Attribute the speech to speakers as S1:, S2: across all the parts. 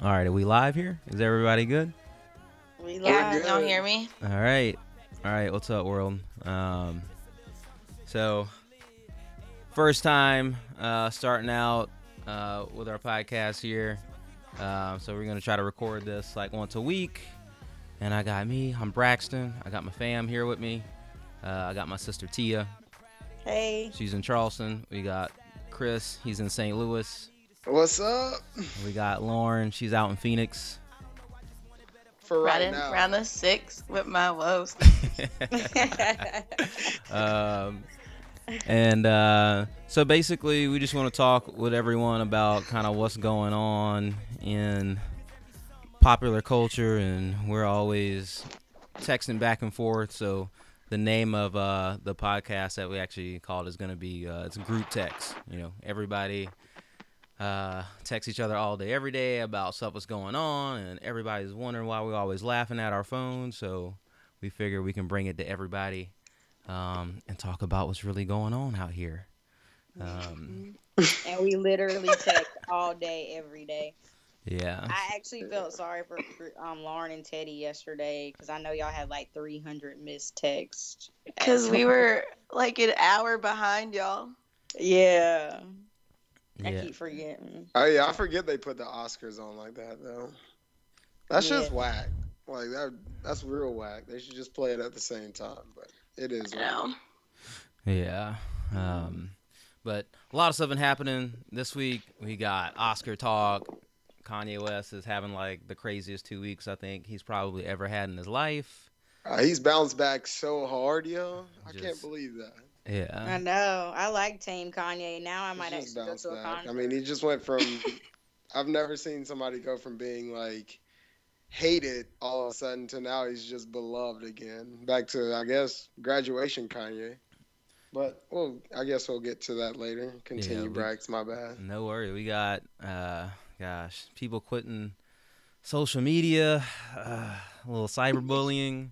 S1: All right, are we live here? Is everybody good?
S2: We
S3: Yeah,
S2: live. Y'all
S3: good.
S2: hear me?
S1: All right, all right. What's up, world? Um, so first time uh, starting out uh, with our podcast here. Um, so we're gonna try to record this like once a week. And I got me. I'm Braxton. I got my fam here with me. Uh, I got my sister Tia.
S2: Hey.
S1: She's in Charleston. We got Chris. He's in St. Louis.
S3: What's up?
S1: We got Lauren. She's out in Phoenix.
S3: For right
S2: Riding
S3: now.
S2: round the six with my woes.
S1: um, and uh, so basically, we just want to talk with everyone about kind of what's going on in popular culture, and we're always texting back and forth. So the name of uh, the podcast that we actually called is going to be uh, it's group text. You know, everybody uh, text each other all day, every day about stuff that's going on, and everybody's wondering why we're always laughing at our phones. So we figure we can bring it to everybody um, and talk about what's really going on out here. Um,
S4: and we literally text all day, every day.
S1: yeah,
S4: I actually felt sorry for for, um, Lauren and Teddy yesterday because I know y'all had like 300 missed texts.
S2: Because we were like an hour behind y'all.
S4: Yeah. I
S1: yeah.
S4: keep forgetting.
S3: Oh yeah, I forget they put the Oscars on like that though. That's
S4: Yeah.
S3: just whack. Like that that's real whack. They should just play it at the same time, but it is
S2: You
S3: whack.
S2: know?
S1: Yeah. Um, but a lot of stuff been happening this week. We got Oscar talk. Kanye West is having like the craziest two weeks I think he's probably ever had in his life.
S3: Uh, he's bounced back so hard, yo. I can't
S1: Just-
S3: believe that.
S1: Yeah.
S4: I know. I like Tame Kanye. Now I might
S3: He's just
S4: actually go
S3: bounced
S4: to a
S3: back.
S4: concert.
S3: I mean, he just went from I've never seen somebody go from being like hated all of a sudden to now he's just beloved again. Back to I guess graduation Kanye. But well, I guess we'll get to that later. Continue,
S1: we-
S3: Brax. My bad.
S1: No worry. We got uh gosh, people quitting social media, uh, a little cyberbullying.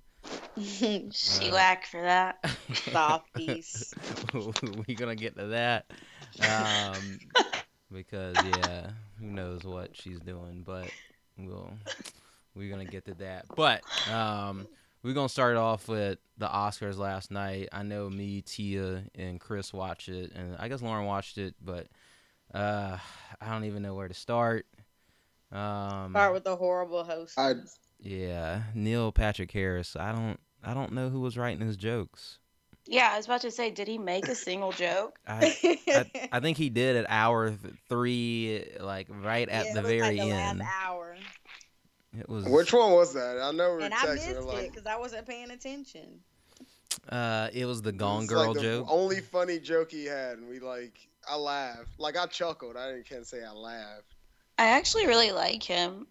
S2: She
S1: Uh,
S2: whack for that.
S4: Softies.
S1: we gonna get to that. Um because yeah, who knows what she's doing, but we'll we're gonna get to that. But um we're gonna start off with the Oscars last night. I know me, Tia, and Chris watched it and I guess Lauren watched it, but uh I don't even know where to start. Um
S4: Start with the horrible host.
S3: I
S1: Yeah, Neil Patrick Harris. I don't I don't know who was writing his jokes.
S2: Yeah, I was about to say, did he make a single joke?
S1: I I, I think he did at hour th- three, like right at
S4: Yeah,
S1: the
S4: it was, like,
S1: very
S4: the
S1: end.
S4: Last hour.
S1: It was
S3: which one was that? I know we were
S4: And I missed
S3: texting.
S4: it
S3: Like,
S4: because I wasn't paying attention.
S1: uh, it was the Gone
S3: it's
S1: Girl
S3: like the
S1: joke.
S3: Only funny joke he had, and we like I laughed. Like I chuckled. I didn't, can't say I laughed.
S2: I actually really like him.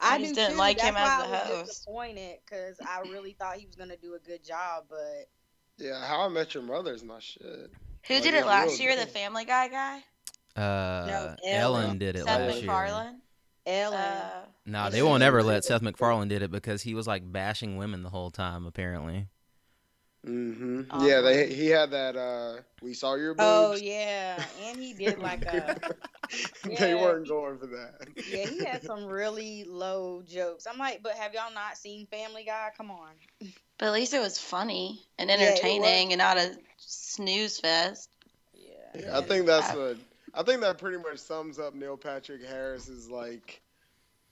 S2: I just
S4: do
S2: didn't
S4: too.
S2: like
S4: That's
S2: him
S4: why
S2: as
S4: I
S2: the
S4: was
S2: host.
S4: Disappointed because I really thought he was gonna do a good job, but
S3: Yeah, How I Met Your Mother is my shit.
S2: Who
S3: Well,
S2: did
S3: Oh, yeah,
S2: it last
S3: real
S2: year? The
S3: good.
S2: Family Guy guy?
S1: Uh,
S4: No,
S1: Ellen.
S4: Ellen.
S1: did it
S2: Seth
S1: last year.
S2: MacFarlane?
S4: Ellen,
S2: Uh,
S1: No, nah,
S2: Is
S1: they
S2: it-
S1: won't ever let Seth MacFarlane did it because he was like bashing women the whole time. Apparently,
S3: hmm
S2: Um,
S3: yeah, they he had that. uh We saw your boobs.
S4: oh yeah, and he did like a
S3: they
S4: yeah.
S3: weren't going for that.
S4: yeah, he had some really low jokes. I'm like, but have y'all not seen Family Guy? Come on,
S2: but at least it was funny and
S4: it was.
S2: entertaining and not a snooze fest.
S4: yeah,
S3: Yeah, I think that's what I think that pretty much sums up Neil Patrick Harris's like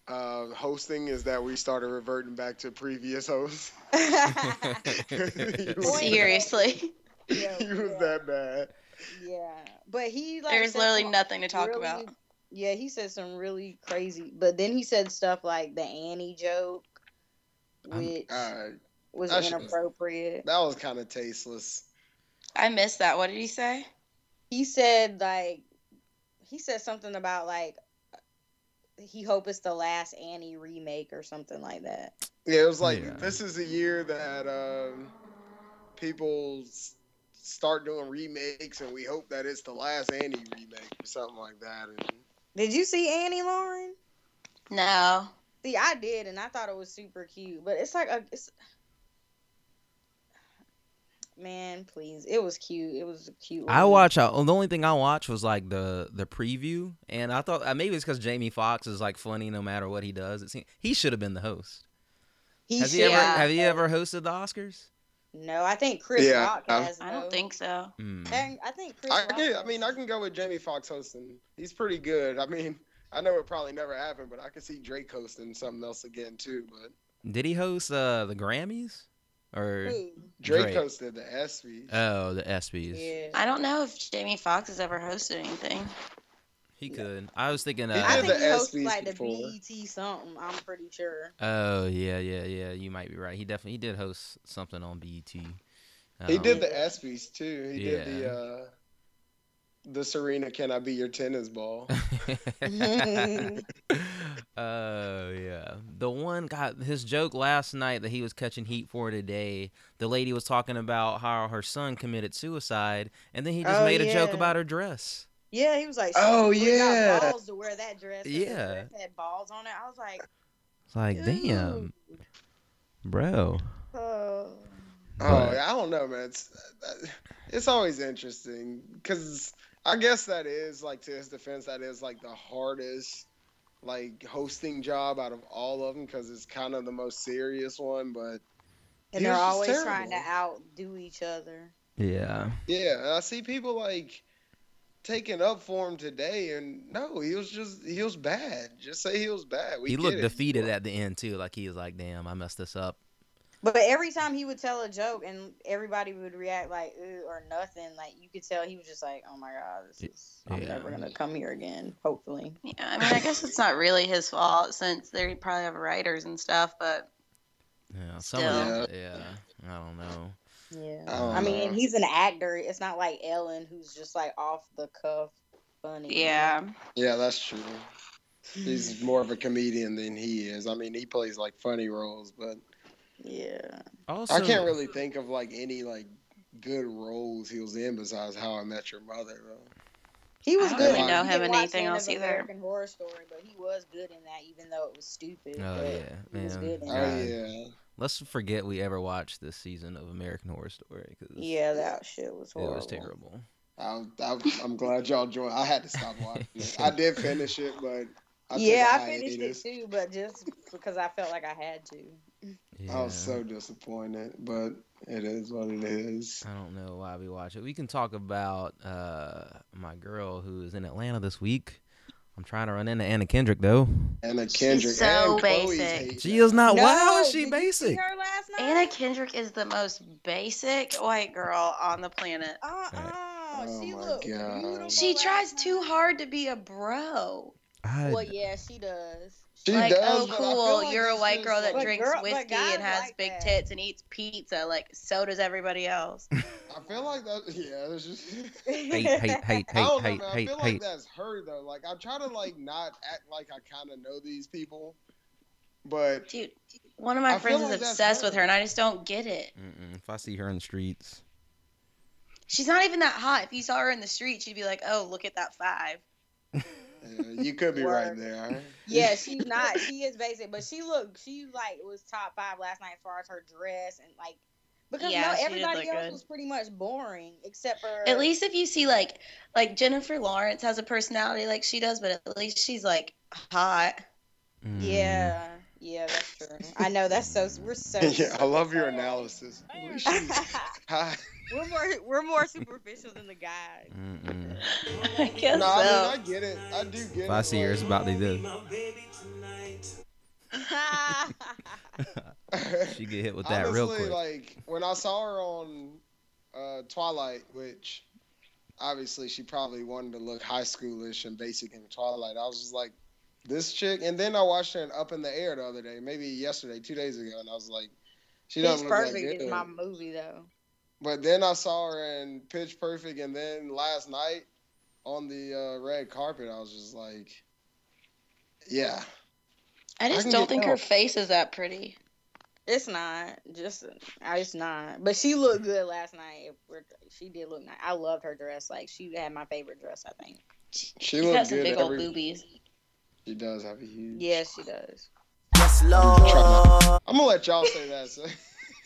S3: uh, hosting is that we started reverting back to previous hosts.
S2: Seriously.
S4: yeah,
S3: he was
S4: Oh, yeah,
S3: that bad.
S4: yeah. But he like
S2: There's
S4: said
S2: literally
S4: some
S2: nothing to talk
S4: really-
S2: about.
S4: Yeah, he said some really crazy, but then he said stuff like the Annie joke,
S1: I'm-
S4: which
S3: Uh,
S4: was
S3: I should-
S4: inappropriate.
S3: that was kind of tasteless.
S2: I missed that. What did he say?
S4: he said like he said something about like he hope it's the last Annie remake or something like that.
S3: Yeah, it was like
S1: Yeah.
S3: this is the year that um, people s- start doing remakes, and we hope that it's the last Annie remake or something like that. And
S4: Did you see Annie Lauren?
S2: No.
S4: See, I did, and I thought it was super cute. But it's like a, it's, man, please. It was cute. It was a cute.
S1: I
S4: one.
S1: watch. uh, The only thing I watch was like the the preview, and I thought uh, maybe it's because Jamie Foxx is like funny no matter what he does. It seems he should have been the host.
S4: He
S1: Has he
S4: should-
S1: ever
S2: Yeah.
S1: have you ever hosted the Oscars?
S4: No, I think Chris
S3: Yeah,
S4: Rock
S3: I've-
S4: has.
S2: I don't
S4: though.
S2: think so.
S1: Mm.
S4: And I think Chris
S3: I
S4: Rock
S3: can, I
S4: has.
S3: mean, I can go with Jamie Foxx hosting. He's pretty good. I mean, I know it probably never happened, but I could see Drake hosting something else again too. But
S1: Did he host uh, the Grammys or
S4: Who?
S3: Drake,
S1: Drake.
S3: hosted the ESPYS.
S1: oh the ESPYS?
S4: Yeah.
S2: I don't know if Jamie Foxx has ever hosted anything.
S1: He could. I was thinking.
S3: He
S1: Uh,
S4: I
S3: did
S4: think
S3: the
S4: he hosts
S3: ESPYs
S4: like
S3: before.
S4: the BET something. I'm pretty sure.
S1: Oh yeah, yeah, yeah. You mimight be right. He definitely he did host something on E BET.
S3: he
S1: Um,
S3: did the ESPYS too. He did
S1: Yeah.
S3: the uh, the Serena "Can I Be Your Tennis Ball."
S1: Um, Oh yeah, the one got his joke last night that he was catching heat for today. The lady was talking about how her son committed suicide, and then he just
S4: Oh,
S1: made a joke
S4: yeah.
S1: about her dress.
S4: Yeah, he was like,
S3: Oh,
S4: "She really got
S3: yeah.
S4: balls to wear that dress. that
S1: Yeah.
S4: dress had balls on it. I was like,
S1: It's like, damn, bro.
S4: "Ooh, oh."
S3: Oh,
S1: But-
S3: yeah, I don't know, man. It's it's always interesting because I guess that is like to his defense, that is like the hardest like hosting job out of all of them because it's kind of the most serious one. But
S4: and
S3: He
S4: they're
S3: was just
S4: always trying to
S3: terrible.
S4: outdo each other.
S1: Yeah.
S3: yeah, and I see people like taking up for him today, and no, he was just he was bad. Just say he was bad. We
S1: he
S3: get
S1: looked
S3: it.
S1: defeated at the end too. Like he was like, damn, I messed this up.
S4: But every time he would tell a joke, and everybody would react like "ooh" or nothing. Like you could tell he was just like, "Oh my god, this is I'm
S1: Yeah.
S4: never gonna come here again." Hopefully,
S2: Yeah, I mean, I guess it's not really his fault since they probably have writers and stuff, but
S1: Yeah. Some
S3: Still.
S1: Of the, yeah. I don't know.
S4: yeah.
S3: Oh,
S4: I mean,
S3: no.
S4: he's an actor. It's not like Ellen, who's just like off the cuff funny.
S2: yeah.
S3: Yeah, that's true. He's
S4: Hmm.
S3: more of a comedian than he is. I mean, he plays like funny roles, but
S4: yeah.
S1: Also,
S3: I can't really think of like any like good roles he was in besides How I Met Your Mother. Though.
S4: He was
S2: I don't
S4: good.
S3: really
S4: in-
S2: know
S4: you
S2: him
S4: can
S2: in
S4: watch
S2: anything
S4: End of
S2: else either.
S4: American Horror Story, but he was good in that, even though it was stupid.
S1: Oh
S4: but
S1: yeah,
S4: he was
S1: man.
S4: good in
S1: Yeah.
S3: Oh
S4: that.
S3: yeah,
S1: Let's forget we ever watched this season of American Horror Story because
S4: Yeah, that shit was
S1: it
S4: horrible.
S1: was terrible.
S3: I, I, I'm glad y'all joined. I had to stop watching. it. I did finish it, but I
S4: yeah,
S3: took a
S4: I finished
S3: hiatus.
S4: it too, but just because I felt like I had to.
S1: Yeah.
S3: I was so disappointed, but it is what it is.
S1: I don't know why we watch it. We can talk about uh, my girl who is in Atlanta this week. I'm trying to run into Anna Kendrick though.
S3: Anna Kendrick
S2: so
S3: and Chloe's
S2: basic.
S3: hate
S1: She
S3: her.
S1: is not. wow, is Uh,
S4: did
S1: she
S4: you see
S1: basic?
S4: her last night?
S2: Anna Kendrick is the most basic white girl on the planet.
S4: Uh-uh.
S3: Oh
S4: she
S3: my
S4: looked
S3: God.
S4: beautiful
S2: She
S4: last
S2: tries too
S4: night.
S2: hard to be a bro.
S1: I,
S4: Well, yeah, she does.
S3: She
S2: like,
S3: does,
S2: oh,
S3: but I feel
S2: cool,
S3: like
S2: you're a
S3: it's
S2: white
S3: just
S2: girl that
S4: But
S3: like-
S2: drinks
S4: girl- but
S2: whiskey
S4: guys
S2: and has
S4: like
S2: big
S4: that.
S2: tits and eats pizza. Like, so does everybody else.
S3: I feel like that. Yeah, it's just.
S1: hate, hate, hate,
S3: I
S1: hate,
S3: don't
S1: hate,
S3: know, man. I
S1: hate,
S3: feel like
S1: hate.
S3: that's her though. Like I try to like not act like I kind of know these people, but
S2: Dude, one of my
S3: I
S2: friends
S3: feel
S2: is
S3: like that's
S2: obsessed with
S3: her.
S2: her, and I just don't get it.
S1: Mm-mm. If I see her in the streets,
S2: She's not even that hot. If you saw her in the street, she'd be like, oh, look at that five.
S3: yeah, uh, you could be right
S4: Word.
S3: there.
S4: Yeah, she's not. She is basic, but she looked. She like was top five last night as far as her dress and like because
S2: Yeah, she
S4: no,
S2: did
S4: everybody
S2: look
S4: else
S2: good.
S4: was pretty much boring except for
S2: At least if you see, like, like Jennifer Lawrence has a personality like she does, but at least she's, like, hot.
S1: Mm.
S4: Yeah, yeah, that's true. I know that's so. We're so.
S3: yeah, I love your
S4: so-
S3: analysis. Boy, she's high.
S4: we're more we're more superficial than the guys.
S1: Mm-mm.
S2: I guess
S3: No, I mean
S2: so.
S3: I get it. I do get it.
S1: If I see her, it's about to do.
S3: like-
S1: She get hit with that real
S3: Honestly,
S1: quick.
S3: Like when I saw her on uh, Twilight, which obviously she probably wanted to look high schoolish and basic in Twilight, I was just like, this chick. And then I watched her in Up in the Air the other day, maybe yesterday, two days ago, and I was like, she
S4: She's
S3: doesn't look that
S4: perfect
S3: good.
S4: in my movie though.
S3: But then I saw her in Pitch Perfect, and then last night on the uh, red carpet, I was just like, yeah.
S2: I
S3: I
S2: just
S3: can
S2: don't
S3: get
S2: think
S3: no.
S2: her face is that pretty.
S4: It's not just I- it's not, but she looked good last night. If we're, she did look nice. I loved her dress. Like she had my favorite dress. I think.
S3: She
S2: She's
S3: looked
S2: got some
S3: good
S2: big old
S3: every-
S2: boobies.
S3: She does have a huge.
S4: Yeah, she does.
S5: Yes,
S3: I'm
S5: Lord.
S3: gonna let y'all say that. So.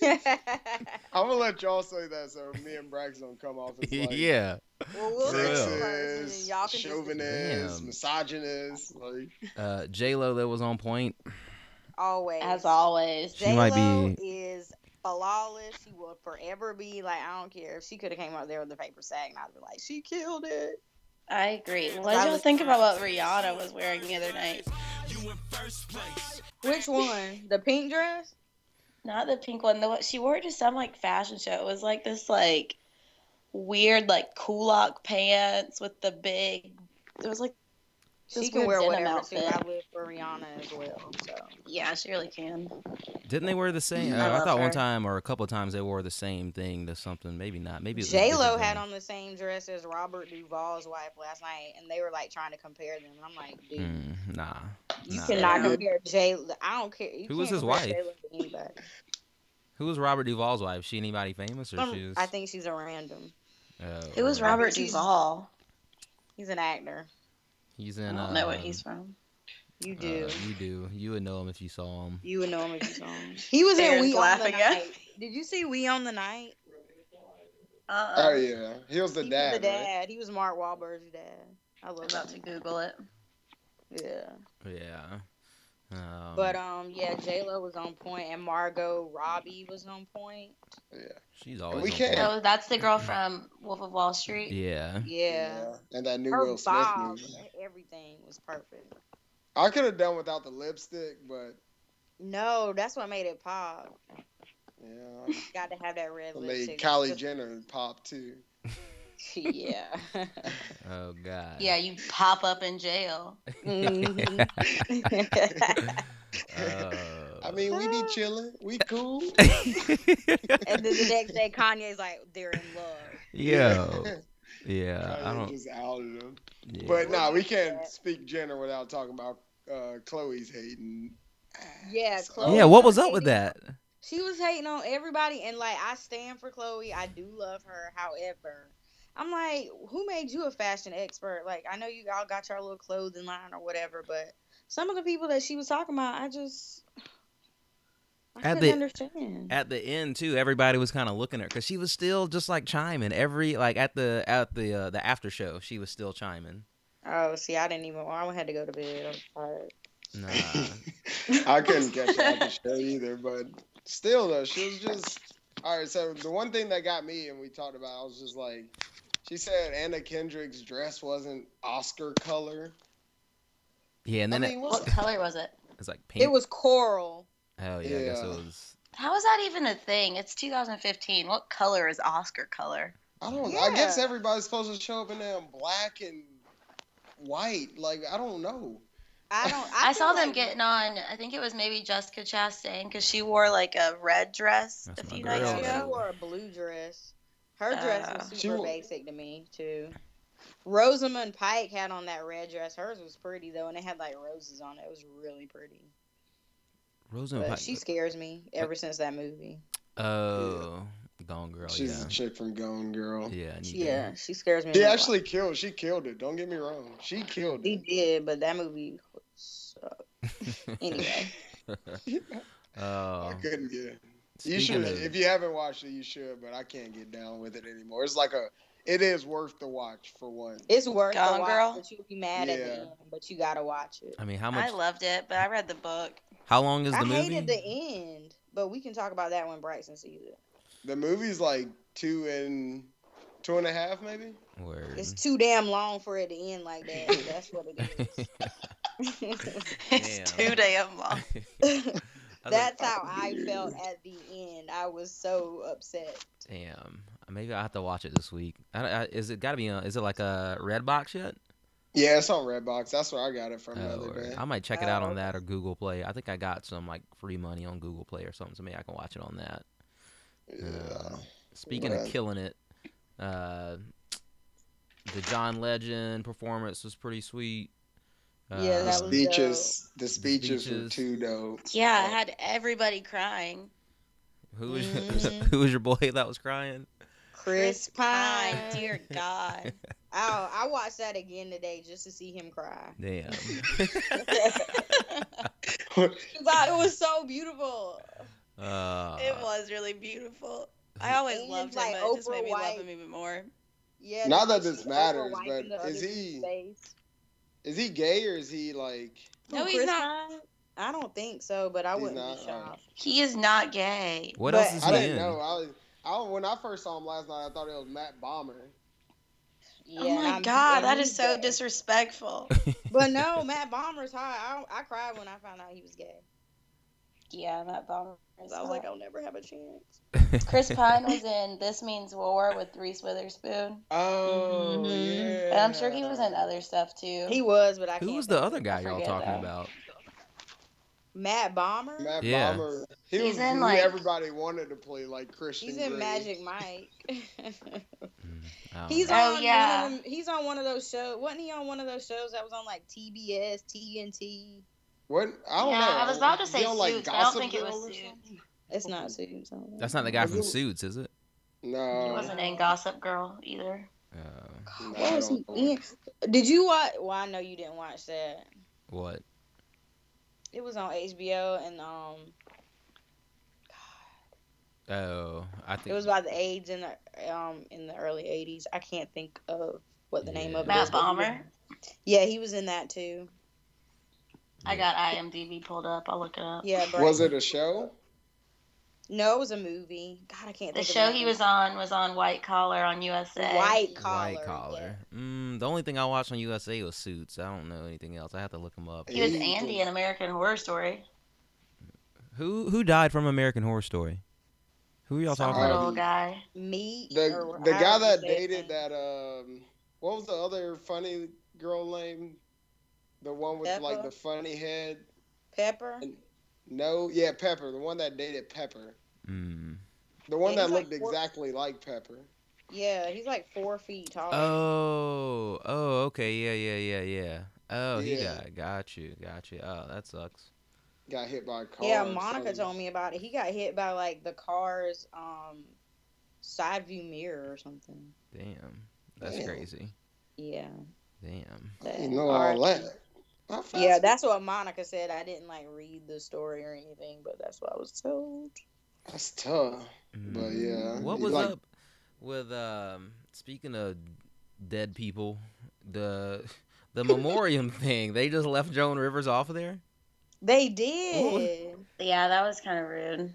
S3: I'm gonna let y'all say that so me and Brax don't come off as like
S1: yeah.
S4: well, we'll
S1: For
S4: fix
S1: real.
S4: it first, and
S3: sexist,
S4: then y'all can just-
S3: chauvinist,
S1: Damn.
S3: misogynist. Like
S1: Uh, J Lo that was on point.
S4: always
S2: As always.
S1: She might
S4: J-Lo
S1: be-
S4: is flawless. She will forever be like I don't care if she could have came up there with a paper sack and I'd be like she killed it.
S2: I agree. What
S4: I
S2: did y'all
S4: was-
S2: think about what Rihanna was wearing the other night?
S4: Which one? The pink dress?
S2: Not the pink one. The one she wore it to some like fashion show. It was like this like weird like kulak pants with the big. It was like
S4: She
S2: This
S4: can
S2: weird
S4: wear
S2: denim
S4: whatever too.
S2: outfit.
S4: I live for Rihanna as well. So
S2: yeah, she really can.
S1: Didn't they wear the same?
S2: I
S1: Uh, I,
S2: love
S1: thought one
S2: her.
S1: time or a couple of times they wore the same thing to something. Maybe not. Maybe it was a
S4: J Lo
S1: different
S4: had
S1: thing.
S4: on the same dress as Robert Duvall's wife last night, and they were like trying to compare them. And I'm like, dude,
S1: Mm, nah.
S4: you
S1: nah.
S4: cannot
S2: Yeah.
S4: compare J. I don't care. You
S1: Who was
S4: can't
S1: his
S4: compare
S1: wife?
S4: J-Lo to anybody.
S1: Who was Robert Duvall's wife? She anybody famous or
S4: Some-
S1: she was?
S4: I think she's a random.
S1: oh,
S2: Um, It was
S1: okay.
S2: Robert
S4: she's-
S2: Duvall.
S4: He's an actor.
S1: He's in.
S2: I don't
S1: uh,
S2: know what he's from.
S4: You
S1: uh,
S4: do.
S1: you do. You would know him if you saw him.
S4: You would know him if you saw him. He was in
S2: Aaron's
S4: We on the
S2: laughing at-
S4: night. Did you see We on the night?
S2: Uh-uh.
S3: Oh yeah, he was the
S4: Uh, he
S3: dad.
S4: was the
S3: right?
S4: dad. He was Mark Wahlberg's dad. I
S2: I'm
S4: love
S2: about
S4: that.
S2: to Google it.
S4: Yeah.
S1: Yeah. Um,
S4: But um, yeah, J Lo was on point, and Margot Robbie was on point.
S1: she's always.
S3: we
S1: on
S3: can't-
S1: point.
S2: Oh, that's the girl from Wolf of Wall Street.
S1: Yeah.
S4: Yeah.
S3: And that new
S4: Her
S3: Will Smith
S4: bob,
S3: movie.
S4: everything was perfect.
S3: I could have done without the lipstick, but
S4: No, that's what made it pop.
S3: yeah,
S4: Got to have that red
S3: I made
S4: lipstick.
S3: Kylie Jenner pop too.
S4: yeah.
S1: Oh God.
S2: Yeah, you pop up in jail.
S4: Mhm.
S1: Uh,
S3: I mean, we
S4: Uh.
S3: be chilling, we cool.
S4: and then the next day, Kanye's like, "They're in love."
S1: Yo. Yeah. I
S3: Kanye
S1: don't.
S3: Just outed him.
S1: yeah.
S3: But nah, we can't
S4: Yeah.
S3: speak Jenner without talking about uh, Chloe's hating.
S4: Yeah,
S3: So-
S4: Chloe.
S1: yeah. What was up with that?
S4: She was hating on everybody, and like I stand for Chloe. I do love her. However, I'm like, who made you a fashion expert? Like, I know you all got your little clothing line or whatever, but some of the people that she was talking about, I just I
S1: At
S4: couldn't
S1: the-
S4: understand.
S1: at the end too everybody was kind of looking at her because she was still just like chiming every like at the at the uh, the after show she was still chiming
S4: oh, see, I didn't even. I had to go to bed. I'm tired.
S1: nah
S3: I couldn't catch her at the show either, but still though, she was just all right. So the one thing that got me, and we talked about, I was just like, she said Anna Kendrick's dress wasn't Oscar color.
S1: yeah and then
S3: I mean,
S1: it,
S2: What
S3: what?
S2: color was it?
S1: it's like pink
S4: It was coral.
S1: oh yeah, i guess it
S3: Yeah.
S1: was
S2: How is that even a thing? It's 2015. What color is Oscar color?
S3: I don't. know. I guess
S4: Yeah.
S3: everybody's supposed to show up in damn black and white. Like I don't know.
S4: I don't. I,
S2: I,
S4: feel
S2: saw them
S4: like-
S2: getting on. I think it was maybe Jessica Chastain because she wore like a red dress
S1: That's
S2: a
S1: my
S2: few
S1: girl,
S2: nights
S4: Yeah,
S1: Girls.
S4: she
S2: ago.
S4: wore a blue dress. Her dress
S2: Uh,
S4: was
S3: She
S4: super
S3: wa-
S4: basic to me too. Rosamund Pike had on that red dress. Hers was pretty though, and it had like roses on it. It was really pretty.
S1: rosamund
S4: But
S1: Oh, pike
S4: she scares me ever since that movie.
S1: oh gone girl
S3: She's
S1: yeah
S3: the chick from Gone Girl.
S1: yeah, and you
S4: Yeah, she scares me.
S3: She
S4: in real
S3: actually killed. She killed it. Don't get me wrong. She
S4: life.
S3: killed
S4: she
S3: it.
S4: did, but that movie sucked.
S1: did.
S4: Anyway,
S1: oh
S3: I couldn't get. It. You
S1: speaking
S3: should.
S1: of,
S3: If you haven't watched it, you should. But I can't get down with it anymore. It's like a. It is worth the watch for one.
S4: it's worth
S2: Gone
S4: the watch,
S2: Girl?
S4: but you'll be mad at the
S3: Yeah.
S4: end. But you gotta watch it.
S1: i mean how
S2: I
S1: much
S2: loved it, but I read the book.
S1: how long is the
S4: I
S1: movie
S4: hated the end, but we can talk about that when Bryson sees it.
S3: The movie's like two and two and a half, maybe.
S1: Word.
S4: It's too damn long for it to end like that. That's what it is.
S2: it's
S1: Damn.
S2: too damn long.
S1: I think-
S4: That's how I felt at the end. I was so upset.
S1: damn Uh, maybe i have to watch it this week I, I, is it gotta be on is it like a red box yet
S3: Yeah, it's on Redbox. That's where I got it from. the
S1: Oh,
S3: other
S1: word.
S3: day.
S1: I might check it out
S4: Oh,
S1: on
S4: okay.
S1: that or Google Play. I think I got some like free money on Google Play or something, so maybe I can watch it on that.
S3: Yeah.
S1: Speaking of
S3: Right.
S1: killing it, uh, the John Legend performance was pretty sweet.
S4: Yeah, that
S1: Uh,
S4: was-
S3: Speeches. The speeches were
S1: Speeches.
S3: too dope.
S2: Yeah, I had everybody crying.
S1: who was
S4: Mhm.
S1: who was your boy that was crying?
S4: Chris Pine.
S2: dear God.
S4: Oh, I watched that again today just to see him cry.
S1: Damn.
S4: 'Cause I- it was so beautiful.
S1: Uh,
S2: it was really beautiful. I always
S4: And,
S2: loved him,
S4: like,
S2: but it just
S4: Oprah
S2: made me love
S4: White.
S2: him even more.
S4: Yeah.
S3: Not
S4: the
S3: that
S4: bitch
S3: this
S4: is over
S3: matters,
S4: white
S3: but
S4: in the
S3: is
S4: other
S3: he-
S4: dude's face.
S3: Is he gay or is he like?
S2: No,
S4: Who,
S2: he's
S4: Chris
S2: not.
S4: Pine? I don't think so, but I
S3: He's
S4: wouldn't
S3: not,
S4: be shocked.
S2: He is not gay.
S1: What
S4: But-
S1: else is
S3: I
S1: he
S3: didn't
S1: in?
S3: know. I, was, I when I first saw him last night, I thought it was Matt Bomber.
S4: Yeah,
S2: oh my
S4: I'm-
S2: god,
S4: and
S2: that
S4: he's
S2: is so
S4: gay.
S2: disrespectful.
S4: But no, Matt Bomber's hot. I, I cried when I found out he was gay.
S2: yeah, Matt Bomber.
S4: So I was like, I'll never have a chance.
S2: Chris Pine was in This Means War with Reese Witherspoon.
S3: Oh
S4: Mhm.
S3: yeah.
S2: And Mm-hmm. I'm sure he was in other stuff too.
S4: He was, but I
S1: Who
S4: can't
S1: was the
S4: think of
S1: other
S4: it.
S1: guy
S2: I
S1: y'all
S2: forget
S1: talking
S2: that.
S1: about?
S4: Matt Bomber.
S3: Matt
S1: Yeah.
S3: Bomber. He
S2: He's
S3: was
S2: in,
S3: who
S2: like-
S3: everybody wanted to play, like Christian.
S4: He's in
S3: Grey.
S4: Magic Mike.
S1: Mm, I don't
S4: he's
S1: know.
S2: Oh,
S4: on
S2: yeah.
S4: one of them, he's on one of those shows. Wasn't he on one of those shows that was on like TBS, TNT?
S3: What? I don't
S2: Yeah,
S3: know.
S2: I was about to
S3: He
S2: say
S3: on, like,
S2: Suits, but I don't
S3: Gossip
S2: think it was
S3: Girl or
S2: Suits.
S3: something?
S4: It's not Suits.
S1: That's not the guy
S3: Was
S1: from
S3: it-
S1: Suits, is it?
S3: No.
S2: He wasn't in Gossip Girl either.
S1: Uh,
S4: God,
S3: No,
S4: what
S3: I
S4: was he
S3: don't know.
S4: in? Did you watch? Well, I know you didn't watch that.
S1: what?
S4: It was on HBO, and um,
S1: Oh, I think
S4: it was about the AIDS in the um in the early '80s. I can't think of what the name of it
S1: Yeah.
S4: is,
S2: Matt
S4: but he was-
S2: Bomber.
S4: Yeah, he was in that too.
S2: I got IMDb pulled up. I'll look it up.
S4: Yeah, bro.
S3: Was it a show?
S4: No, it was a movie. God, I can't.
S2: The
S4: think of
S2: show
S4: nothing.
S2: he was on was on White Collar on USA.
S4: White collar.
S1: White Collar. Mm, the only thing I watched on USA was Suits. I don't know anything else. I have to look him up.
S2: He was
S3: Angel.
S2: Andy in American Horror Story.
S1: Who who died from American Horror Story? Who are y'all
S2: Some
S1: talking
S3: Sorry.
S1: about?
S2: little guy.
S4: yeah. Me.
S3: The
S4: or however
S3: the guy
S4: you
S3: that
S4: say his name.
S3: dated that um, what was the other funny girl name? The one with like
S4: Peppa?
S3: the funny head.
S4: Pepper.
S3: And- No, yeah, Pepper. The one that dated Pepper.
S1: Mm.
S3: The one
S4: Yeah,
S3: that
S4: he's like
S3: looked
S4: four-
S3: exactly like Pepper.
S4: Yeah, he's like four feet tall.
S1: Oh, oh, okay, yeah, yeah, yeah, yeah. Oh, he
S3: Yeah.
S1: died. Got you, got you. Oh, that sucks.
S3: Got hit by a car.
S4: yeah,
S3: or
S4: Monica
S3: something.
S4: told me about it. He got hit by like the car's um side view mirror or something.
S1: Damn, that's
S3: Damn.
S1: crazy.
S4: Yeah.
S1: Damn.
S3: I
S4: that-
S3: didn't know all
S4: alright.
S3: that. How fast-
S4: Yeah, that's what Monica said. I didn't like read the story or anything, but that's what I was told.
S3: That's tough.
S1: Mm.
S3: But yeah.
S1: What
S3: you
S1: was
S3: like,
S1: up with um speaking of dead people, the the memoriam thing. They just left Joan Rivers off of there?
S4: They
S1: Oh.
S4: did.
S2: Yeah, that was kind of rude.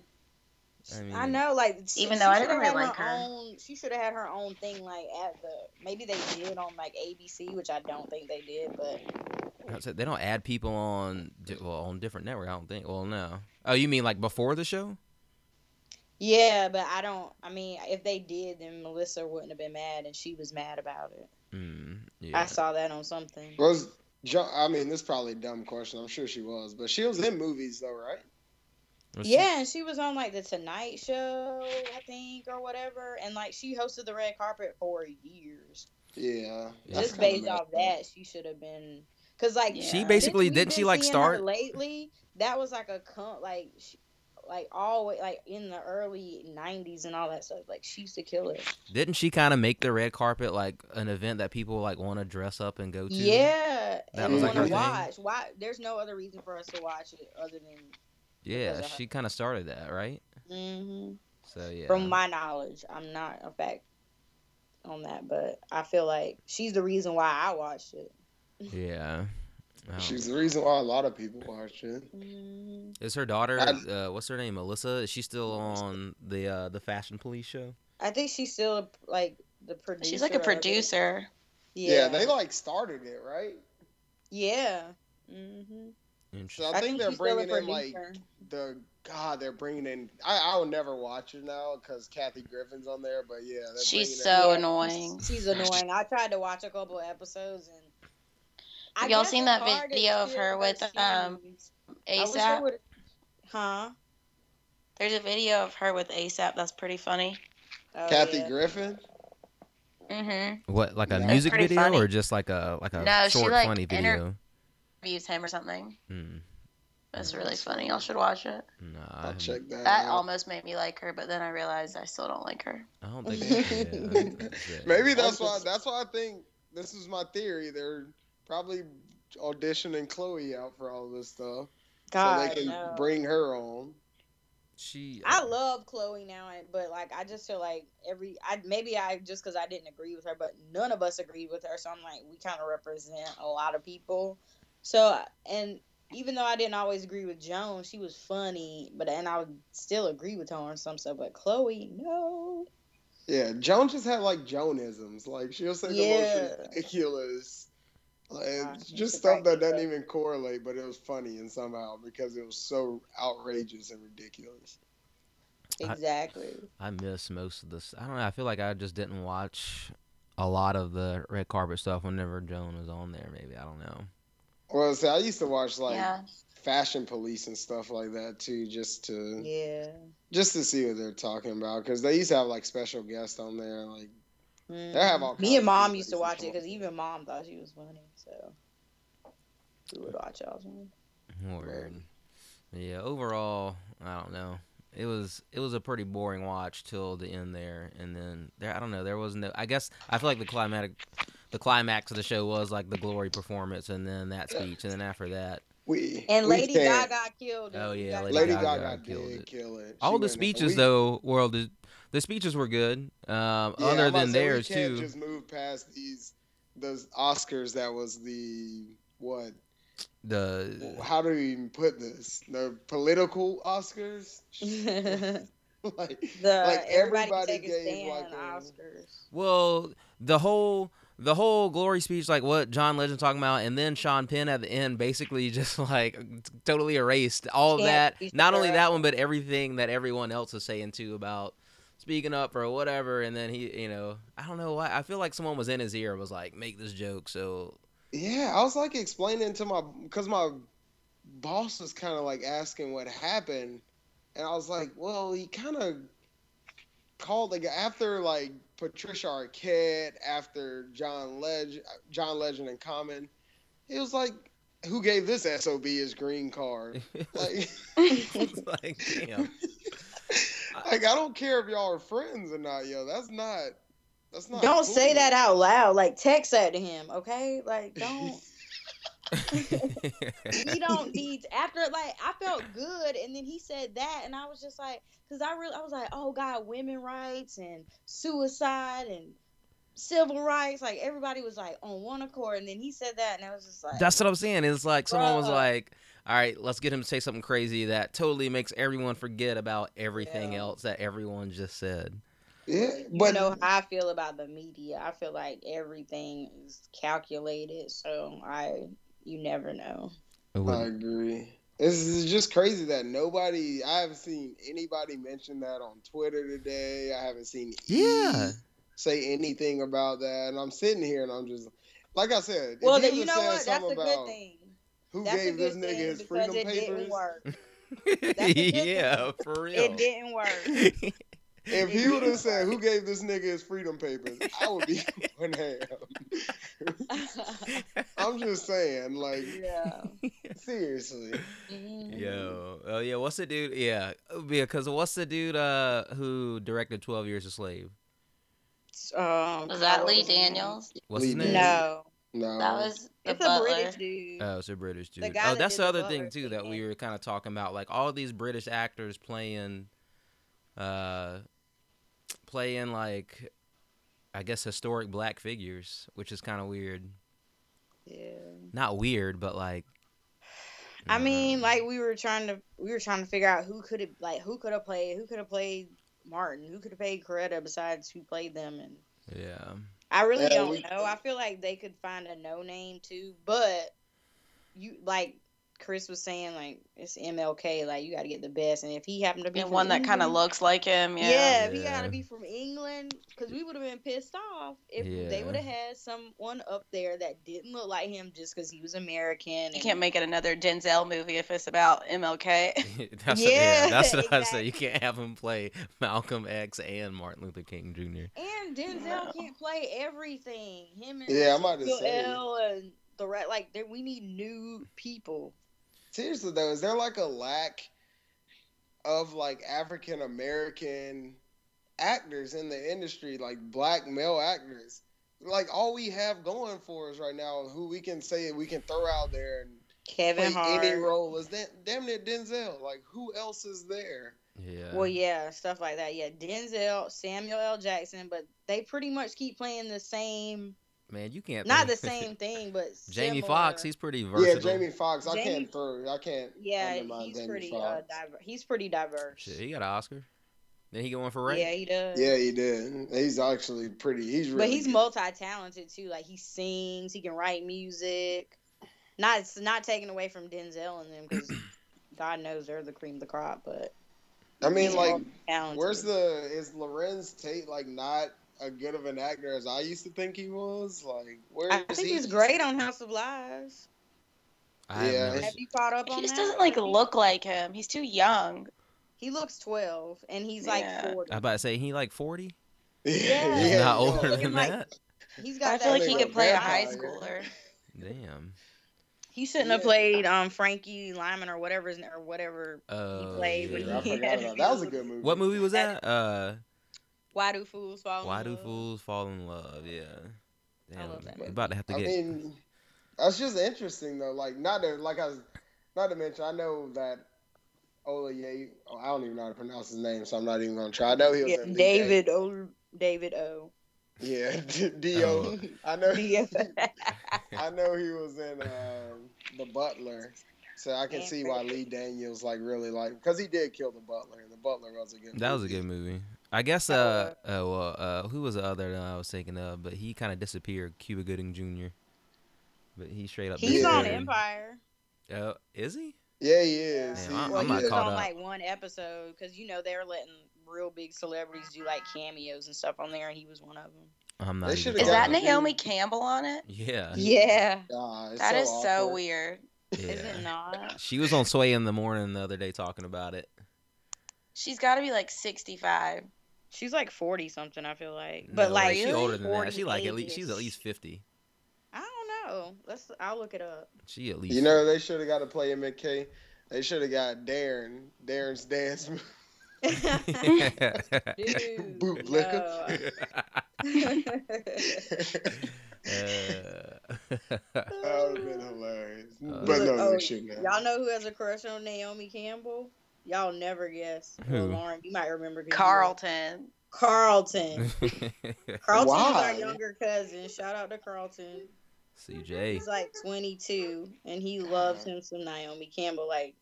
S1: I mean,
S4: I know, like she,
S2: Even though I
S4: shoulda
S2: didn't really
S4: had
S2: like her.
S4: Own, she should have had her own thing, like at the maybe they did on like ABC, which I don't think they did, but
S1: I said They don't add people on di- well, on different network, I don't think. Well, no. Oh, you mean like before the show?
S4: yeah, but I don't. I mean, if they did, then Melissa wouldn't have been mad, and she was mad about it.
S1: Mm, yeah.
S4: I saw that on something.
S3: was Jo- I mean, this is probably a dumb question. I'm sure she was, but she was in movies though, right?
S1: Was she-
S4: Yeah, and she was on like the Tonight Show, I think, or whatever, and like she hosted the red carpet for years.
S3: Yeah.
S1: Yeah.
S3: that's
S4: Just
S3: kinda
S4: based
S3: messed
S4: off
S3: up.
S4: that, she should have been because like
S2: Yeah.
S1: She
S2: Since
S1: basically
S4: we've
S1: didn't she
S4: been
S1: like
S4: seeing her
S1: start
S4: lately? That was like a con like she, like always like in the early '90s and all that stuff. Like she used to kill it.
S1: didn't she kind of make the red carpet like an event that people like want to dress up and go to?
S4: Yeah,
S1: That
S4: and
S3: was,
S4: we
S3: like,
S4: wanna
S3: her thing?
S4: watch. Why? There's no other reason for us to watch it other than
S1: Yeah,
S4: Because of her.
S1: she kind of started that, right?
S4: mhm.
S2: Mm-hmm.
S1: So yeah.
S4: from my knowledge. I'm not a fact on that, but I feel like she's the reason why I watched it.
S1: yeah. I don't-
S3: She's the reason why a lot of people watch it.
S2: Mm-hmm.
S4: Mhm.
S1: Is her daughter?
S3: I'm-
S1: Uh, what's her name? Alyssa. Is she still on the uh, the Fashion Police show?
S4: I think she's still like the producer.
S2: She's like a
S4: of it.
S2: producer.
S3: Yeah.
S4: Yeah,
S3: they like started it, right?
S4: yeah.
S2: Mm-hmm.
S4: hmm
S3: So
S1: Interesting.
S3: I, think, they're
S4: she's still a
S3: bringing in like
S4: producer.
S3: the God. They're bringing in. I I will never watch it now because Kathy Griffin's on there. But yeah, they're
S2: She's
S3: bringing in-
S2: so
S4: Yeah,
S2: annoying.
S4: She's, she's annoying. I tried to watch a couple episodes and I
S2: Y'all
S4: guess
S2: seen
S4: it's
S2: that
S4: hard to
S2: video of
S4: steer
S2: her
S4: her
S2: with, um,
S4: shoes. I wish they
S2: ASAP.
S4: would've- Huh?
S2: There's a video of her with ASAP that's pretty funny.
S4: Oh,
S3: Kathy
S4: yeah.
S3: Griffin.
S2: Mm-hmm.
S1: What, like a
S3: That's
S1: music
S2: pretty
S1: video
S2: funny.
S1: or just like a like a
S2: No, she,
S1: short
S2: like,
S1: funny
S2: inter-
S1: video?
S2: Views him or something.
S1: Mm,
S2: That's
S1: Yeah,
S2: really
S3: that's
S2: funny.
S3: funny.
S2: Y'all should watch it.
S1: nah, I,
S3: I'll
S1: haven't-
S3: check that.
S2: That
S3: out.
S2: almost made me like her, but then I realized I still don't like her.
S1: I don't think. I did. I think that's it.
S3: Maybe
S4: That's
S3: that's why.
S4: just-
S3: That's why I think this is my theory. They're probably auditioning Chloe out for all this stuff,
S4: God,
S3: so they can
S4: no.
S3: bring her on.
S1: She.
S4: I love Chloe now, and- but like I just feel like every I maybe I just because I didn't agree with her, but none of us agreed with her, so I'm like we kind of represent a lot of people. So and even though I didn't always agree with Joan, she was funny, but and I would still agree with her on some stuff. But Chloe, no,
S3: Yeah, Joan just had like Joanisms. Like she'll say the
S4: Yeah.
S3: most ridiculous, like,
S4: Gosh, you
S3: just
S4: should
S3: stuff that
S4: write
S3: doesn't
S4: that.
S3: even correlate, but it was funny and somehow because it was so outrageous and ridiculous.
S1: I-
S4: exactly.
S1: I miss most of this. I don't know. I feel like I just didn't watch a lot of the red carpet stuff whenever Joan was on there. Maybe I don't know.
S3: Well, see, I used to watch like
S2: yeah.
S3: fashion police and stuff like that too, just to
S4: Yeah.
S3: just to see what they're talking about because they used to have like special guests on there. Like
S4: Mm.
S3: have all kinds
S4: Me
S3: of
S4: and mom
S3: things
S4: used
S3: that
S4: to
S3: you
S4: watch
S3: can
S4: it because
S3: watch.
S4: even mom thought she was funny, so we would watch y'all's one.
S1: Word. Yeah. Overall, I don't know. It was it was a pretty boring watch till the end there, and then there I don't know. There was no. I guess I feel like the climatic, the climax of the show was like the glory performance, and then that speech, and then after that,
S3: we
S4: And
S3: we
S4: Lady
S3: can't.
S4: Gaga killed her.
S1: Oh, yeah,
S4: Got-
S1: Lady
S3: Lady
S1: Gaga
S3: Gaga,
S1: killed
S3: did
S1: it.
S3: kill it.
S1: all
S3: She
S1: the
S3: went-
S1: speeches
S3: we-
S1: though. Well, the the speeches were good. Um,
S3: Yeah,
S1: other
S3: I'm about
S1: than
S3: to say, we
S1: theirs
S3: can't
S1: too.
S3: Just move past these those Oscars. That was the what?
S1: the
S3: How do we even put this? The political Oscars.
S4: the
S3: like
S4: everybody,
S3: everybody
S4: take a
S3: gave,
S4: stand
S3: like, a-
S4: Oscars.
S1: Well, the whole the whole glory speech, like what John Legend talking about, and then Sean Penn at the end, basically just like t- totally erased all of
S4: Yeah,
S1: that.
S4: he's
S1: Not only that
S4: correct.
S1: one, but everything that everyone else is saying too about speaking up or whatever. And then he, you know, I don't know why. I feel like someone was in his ear, was like, make this joke. So
S3: yeah, I was like explaining to my because my boss was kind of like asking what happened, and I was like, well, he kind of called the guy after like Patricia Arquette, after John Legend, John Legend and Common. He was like, who gave this sob his green card? Like.
S1: it's like, damn.
S3: like I don't care if y'all are friends or not, yo. That's not. That's not.
S4: Don't say
S3: cool.
S4: that out loud. Like text that to him, okay? Like don't. you don't need to- after like I felt good and then he said that and I was just like cuz I really I was like oh god women rights and suicide and civil rights like everybody was like on one accord and then he said that and I was just like
S1: That's what I'm saying. It's like someone was
S4: Bruh.
S1: like, "All right, let's get him to say something crazy that totally makes everyone forget about everything
S4: Yeah.
S1: else that everyone just said."
S3: Yeah,
S4: you
S3: but
S4: know how I feel about the media. I feel like everything is calculated, so I you never know.
S3: I agree. This is just crazy that nobody. I haven't seen anybody mention that on Twitter today. I haven't seen. E
S1: Yeah.
S3: Say anything about that, and I'm sitting here and I'm just like I said. if
S4: Well,
S3: he
S4: then
S3: would've
S4: you know
S3: said
S4: what? That's
S3: something
S4: a
S3: about
S4: good thing.
S3: Who
S4: That's a
S3: gave this
S4: good
S3: nigga
S4: thing
S3: his
S4: because
S3: freedom
S4: it
S3: papers?
S4: didn't work. a good thing.
S1: yeah, for real.
S4: It didn't work. It
S3: If he would have
S4: didn't
S3: said, "Who gave this nigga his freedom papers?" I would be going ham. I'm just saying, like
S4: yeah.
S3: seriously.
S4: Mhm.
S1: Yo, oh yeah, what's the dude? Yeah, because what's the dude uh who directed Twelve Years a Slave?
S4: Um,
S2: Was that
S4: what
S2: Lee
S4: his name?
S2: Daniels?
S1: What's his
S3: Lee
S1: name?
S4: No,
S3: No.
S2: That was the
S4: it's
S2: butler.
S4: a British dude.
S1: Oh, it's a British dude.
S4: The guy
S1: oh,
S4: that
S1: that's
S4: did
S1: the
S4: the
S1: other thing
S4: Butler
S1: too that we
S4: thing.
S1: were kind of talking about, like all these British actors playing, uh, playing like, I guess historic black figures, which is kind of weird.
S4: Yeah.
S1: Not weird, but like.
S4: I mean,
S1: dunno.
S4: like we were trying to we were trying to figure out who could have like who could have played who could have played Martin, who could have played Coretta besides who played them and
S1: Yeah.
S4: I really
S3: Yeah,
S4: don't
S3: we-
S4: know. I feel like they could find a no name too, but you like Chris was saying like it's MLK like you got to get the best and if he happened to be
S2: And
S4: from
S2: one that kind of
S4: England-
S2: looks like
S4: Mm-hmm.
S2: him.
S4: Yeah,
S2: Yeah.
S4: if he
S1: Yeah.
S4: got to be from England, because we would have been pissed off if
S1: Yeah.
S4: they would have had someone up there that didn't look like him just because he was American.
S2: You
S4: and-
S2: can't make it another Denzel movie if it's about MLK.
S1: that's what, yeah,
S4: Yeah,
S1: that's what I say. You can't have him play Malcolm X and Martin Luther King Jr.
S4: And Denzel
S2: Wow.
S4: can't play everything. Him and
S3: Yeah, I'm about to
S4: Lil
S3: say.
S4: L and the right like there we need new people.
S3: Seriously though, is there like a lack of like African American actors in the industry, like black male actors? Like all we have going for us right now, who we can say we can throw out there and
S4: Kevin
S3: play
S4: Hart.
S3: any role is that damn near Denzel. Like who else is there?
S1: Yeah.
S4: Well, yeah, stuff like that. Yeah, Denzel, Samuel L. Jackson, but they pretty much keep playing the same,
S1: Man, you can't.
S4: not the
S1: believe-
S4: same thing, but
S1: Jamie
S4: similar.
S1: Foxx, he's pretty
S3: Yeah,
S1: versatile.
S3: Jamie Foxx. I
S4: Jamie-
S3: can't throw. I can't.
S4: yeah,
S3: undermine
S4: he's
S3: Jamie
S4: pretty uh,
S3: Foxx.
S4: diver- he's pretty diverse.
S1: Shit, he got an Oscar. Then he going for Ray.
S4: Yeah, he does.
S3: Yeah, he did. He's actually pretty. He's really.
S4: but he's
S3: good.
S4: multi-talented too. Like he sings, he can write music. Not it's not taken away from Denzel and them because God knows they're the cream of the crop. But
S3: I mean,
S4: he's
S3: like,
S4: talented.
S3: where's the is Lorenz Tate like not a good of an actor as I used to think he was? Like, where
S4: I
S3: is
S4: think
S3: he?
S4: he's great on House of Lies.
S1: I haven't
S3: Yeah.
S1: never
S4: Have
S1: se-
S4: you caught up on
S2: He just
S4: that?
S2: doesn't like look like him. He's too young.
S4: He looks twelve and he's like
S2: Yeah.
S4: forty.
S1: I about to say he like forty.
S4: Yeah.
S1: He's
S4: Yeah,
S1: not
S4: he's
S1: older
S4: looking
S1: than
S4: like-
S1: that.
S4: He's got
S2: I feel
S4: that
S2: like he
S4: look.
S2: could play a high
S3: Yeah.
S2: schooler.
S1: Damn.
S4: He shouldn't have
S3: Yeah.
S4: played um Frankie Lyman or whatever his- or whatever
S1: Oh,
S4: played when
S1: yeah.
S3: I
S4: he-
S3: forgot about that. That was a good movie.
S1: What movie was that? Uh,
S4: Why do fools fall? in
S1: Why Do
S4: Love?
S1: Fools Fall in Love? Yeah. Damn.
S4: Oh. love that
S1: we
S4: movie.
S1: About to have to
S3: I
S1: get.
S3: mean, that's just interesting though. Like, not to like I was, not to mention, I know that Ola Ye. Oh, I don't even know how to pronounce his name, so I'm not even gonna try. I know he was
S4: Yeah,
S3: in League
S4: David O. David O.
S3: Day. Yeah, D- D.O. I know.
S4: DFA.
S3: I know he was in um, The Butler, so I can see why Lee Daniels like really like because he did kill The Butler, and The Butler was a good.
S1: that was a
S3: movie.
S1: good movie. I guess. Uh, uh, well, uh, who was the other that I was thinking of? But he kind of disappeared. Cuba Gooding Jr. But he straight up.
S4: He's on
S1: disappeared.
S4: Empire.
S1: Uh, is he?
S3: Yeah, he is.
S1: Man,
S3: He-
S1: I'm-
S4: well,
S1: I'm
S4: he
S1: not
S4: was
S1: caught
S4: on
S1: up.
S4: like one episode because you know they're letting real big celebrities do like cameos and stuff on there, and he was one of them.
S1: I'm not.
S3: They
S1: even
S3: should've
S2: Is
S1: sure.
S3: Yeah.
S2: that
S3: gotten-
S2: Naomi Campbell on it?
S1: Yeah.
S4: Yeah,
S3: Ah, it's
S2: That is so,
S3: awkward.
S2: weird.
S4: is
S1: yeah.
S4: it not?
S1: She was on Sway in the morning the other day talking about it.
S2: She's got to be like 65.
S4: She's like forty something, I feel like. But
S1: No way,
S4: like
S1: she older than that.
S4: 40
S1: She like at least she's at
S4: -ish.
S1: least fifty.
S4: I don't know. Let's. I'll look it up.
S1: She at least.
S3: You know they should have got to play him at K. They should have got Darren. Darren's dance. move.
S4: Dude,
S3: Boot
S4: no.
S1: Uh,
S3: that would have been hilarious.
S1: Uh,
S3: but no,
S4: Oh,
S3: they shouldn't.
S4: Y'all
S3: have.
S4: know who has a crush on Naomi Campbell? Y'all never guess.
S1: Who?
S4: Well, Lauren, you might remember. 'cause you-
S2: Carlton.
S1: Uh,
S4: Carlton. Carlton is
S3: Why?
S4: our younger cousin. Shout out to Carlton.
S1: CJ.
S4: He's like 22, and he loves him some Naomi Campbell. Like,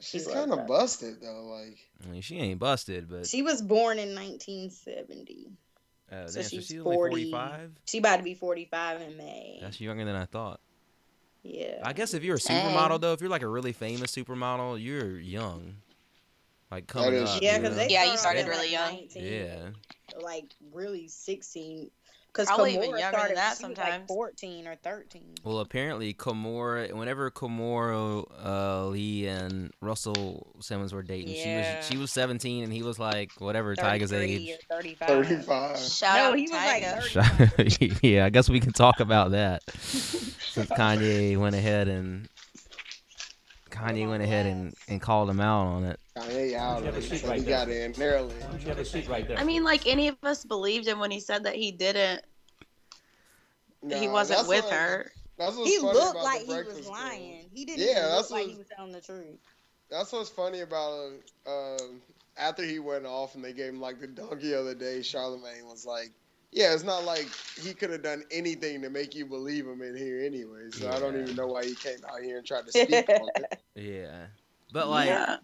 S3: She's
S4: like
S3: kind of
S4: that.
S3: busted though. Like
S1: I mean, she ain't busted, but
S4: she was born in 1970.
S1: uh,
S4: so
S1: damn, so
S4: she's
S1: she's
S4: 40.
S1: only forty-five.
S4: She about to be 45 in May.
S1: That's younger than I thought.
S4: yeah.
S1: I guess if you're a
S2: Dang.
S1: supermodel, though, if you're like a really famous supermodel, you're young. Like coming
S3: is
S1: up.
S3: true.
S4: yeah,
S1: you
S4: because
S1: know?
S4: they
S2: Yeah, you
S4: start off
S2: started
S4: at, like,
S2: really young.
S4: 19,
S1: Yeah.
S4: Like really 16. Because
S2: Probably even
S4: Kimora
S2: younger than
S4: started
S2: that
S4: she was, like
S2: sometimes.
S4: 14 or 13.
S1: Well, apparently, Kimora, whenever Kimora uh, Lee and Russell Simmons were dating,
S4: Yeah.
S1: she was she was 17 and he was like whatever Tiger's
S4: 33
S1: age.
S4: Or
S2: Uh,
S4: 35.
S3: thirty-five.
S2: Shout
S4: No,
S2: out
S4: he
S2: to
S4: was, like,
S2: Tyga.
S4: 30.
S1: yeah, I guess we can talk about that since Kanye went ahead and Kanye went ahead and, and called him out on it.
S3: Kanye out.
S5: Yeah,
S3: Like,
S5: but she's
S3: he
S5: right
S3: got in there. early.
S5: Why don't you have a seat right there?
S2: I mean, like any of us believed him when he said that he didn't. he
S3: Nah,
S2: wasn't
S3: that's
S2: with
S3: what-
S2: her.
S3: That's what's
S4: He
S3: funny
S4: looked
S3: about
S4: like
S3: The
S4: he
S3: Breakfast
S4: was
S3: Club.
S4: lying. He didn't
S3: Yeah,
S4: even look
S3: that's
S4: like
S3: what-
S4: he was telling the truth.
S3: That's what's funny about um, after he went off and they gave him like the donkey other day. Charlemagne was like, "Yeah, it's not like he could have done anything to make you believe him in here anyway." So I don't
S1: Yeah.
S3: even know why he came out here and tried to speak on it.
S1: Yeah, but like,
S2: yeah.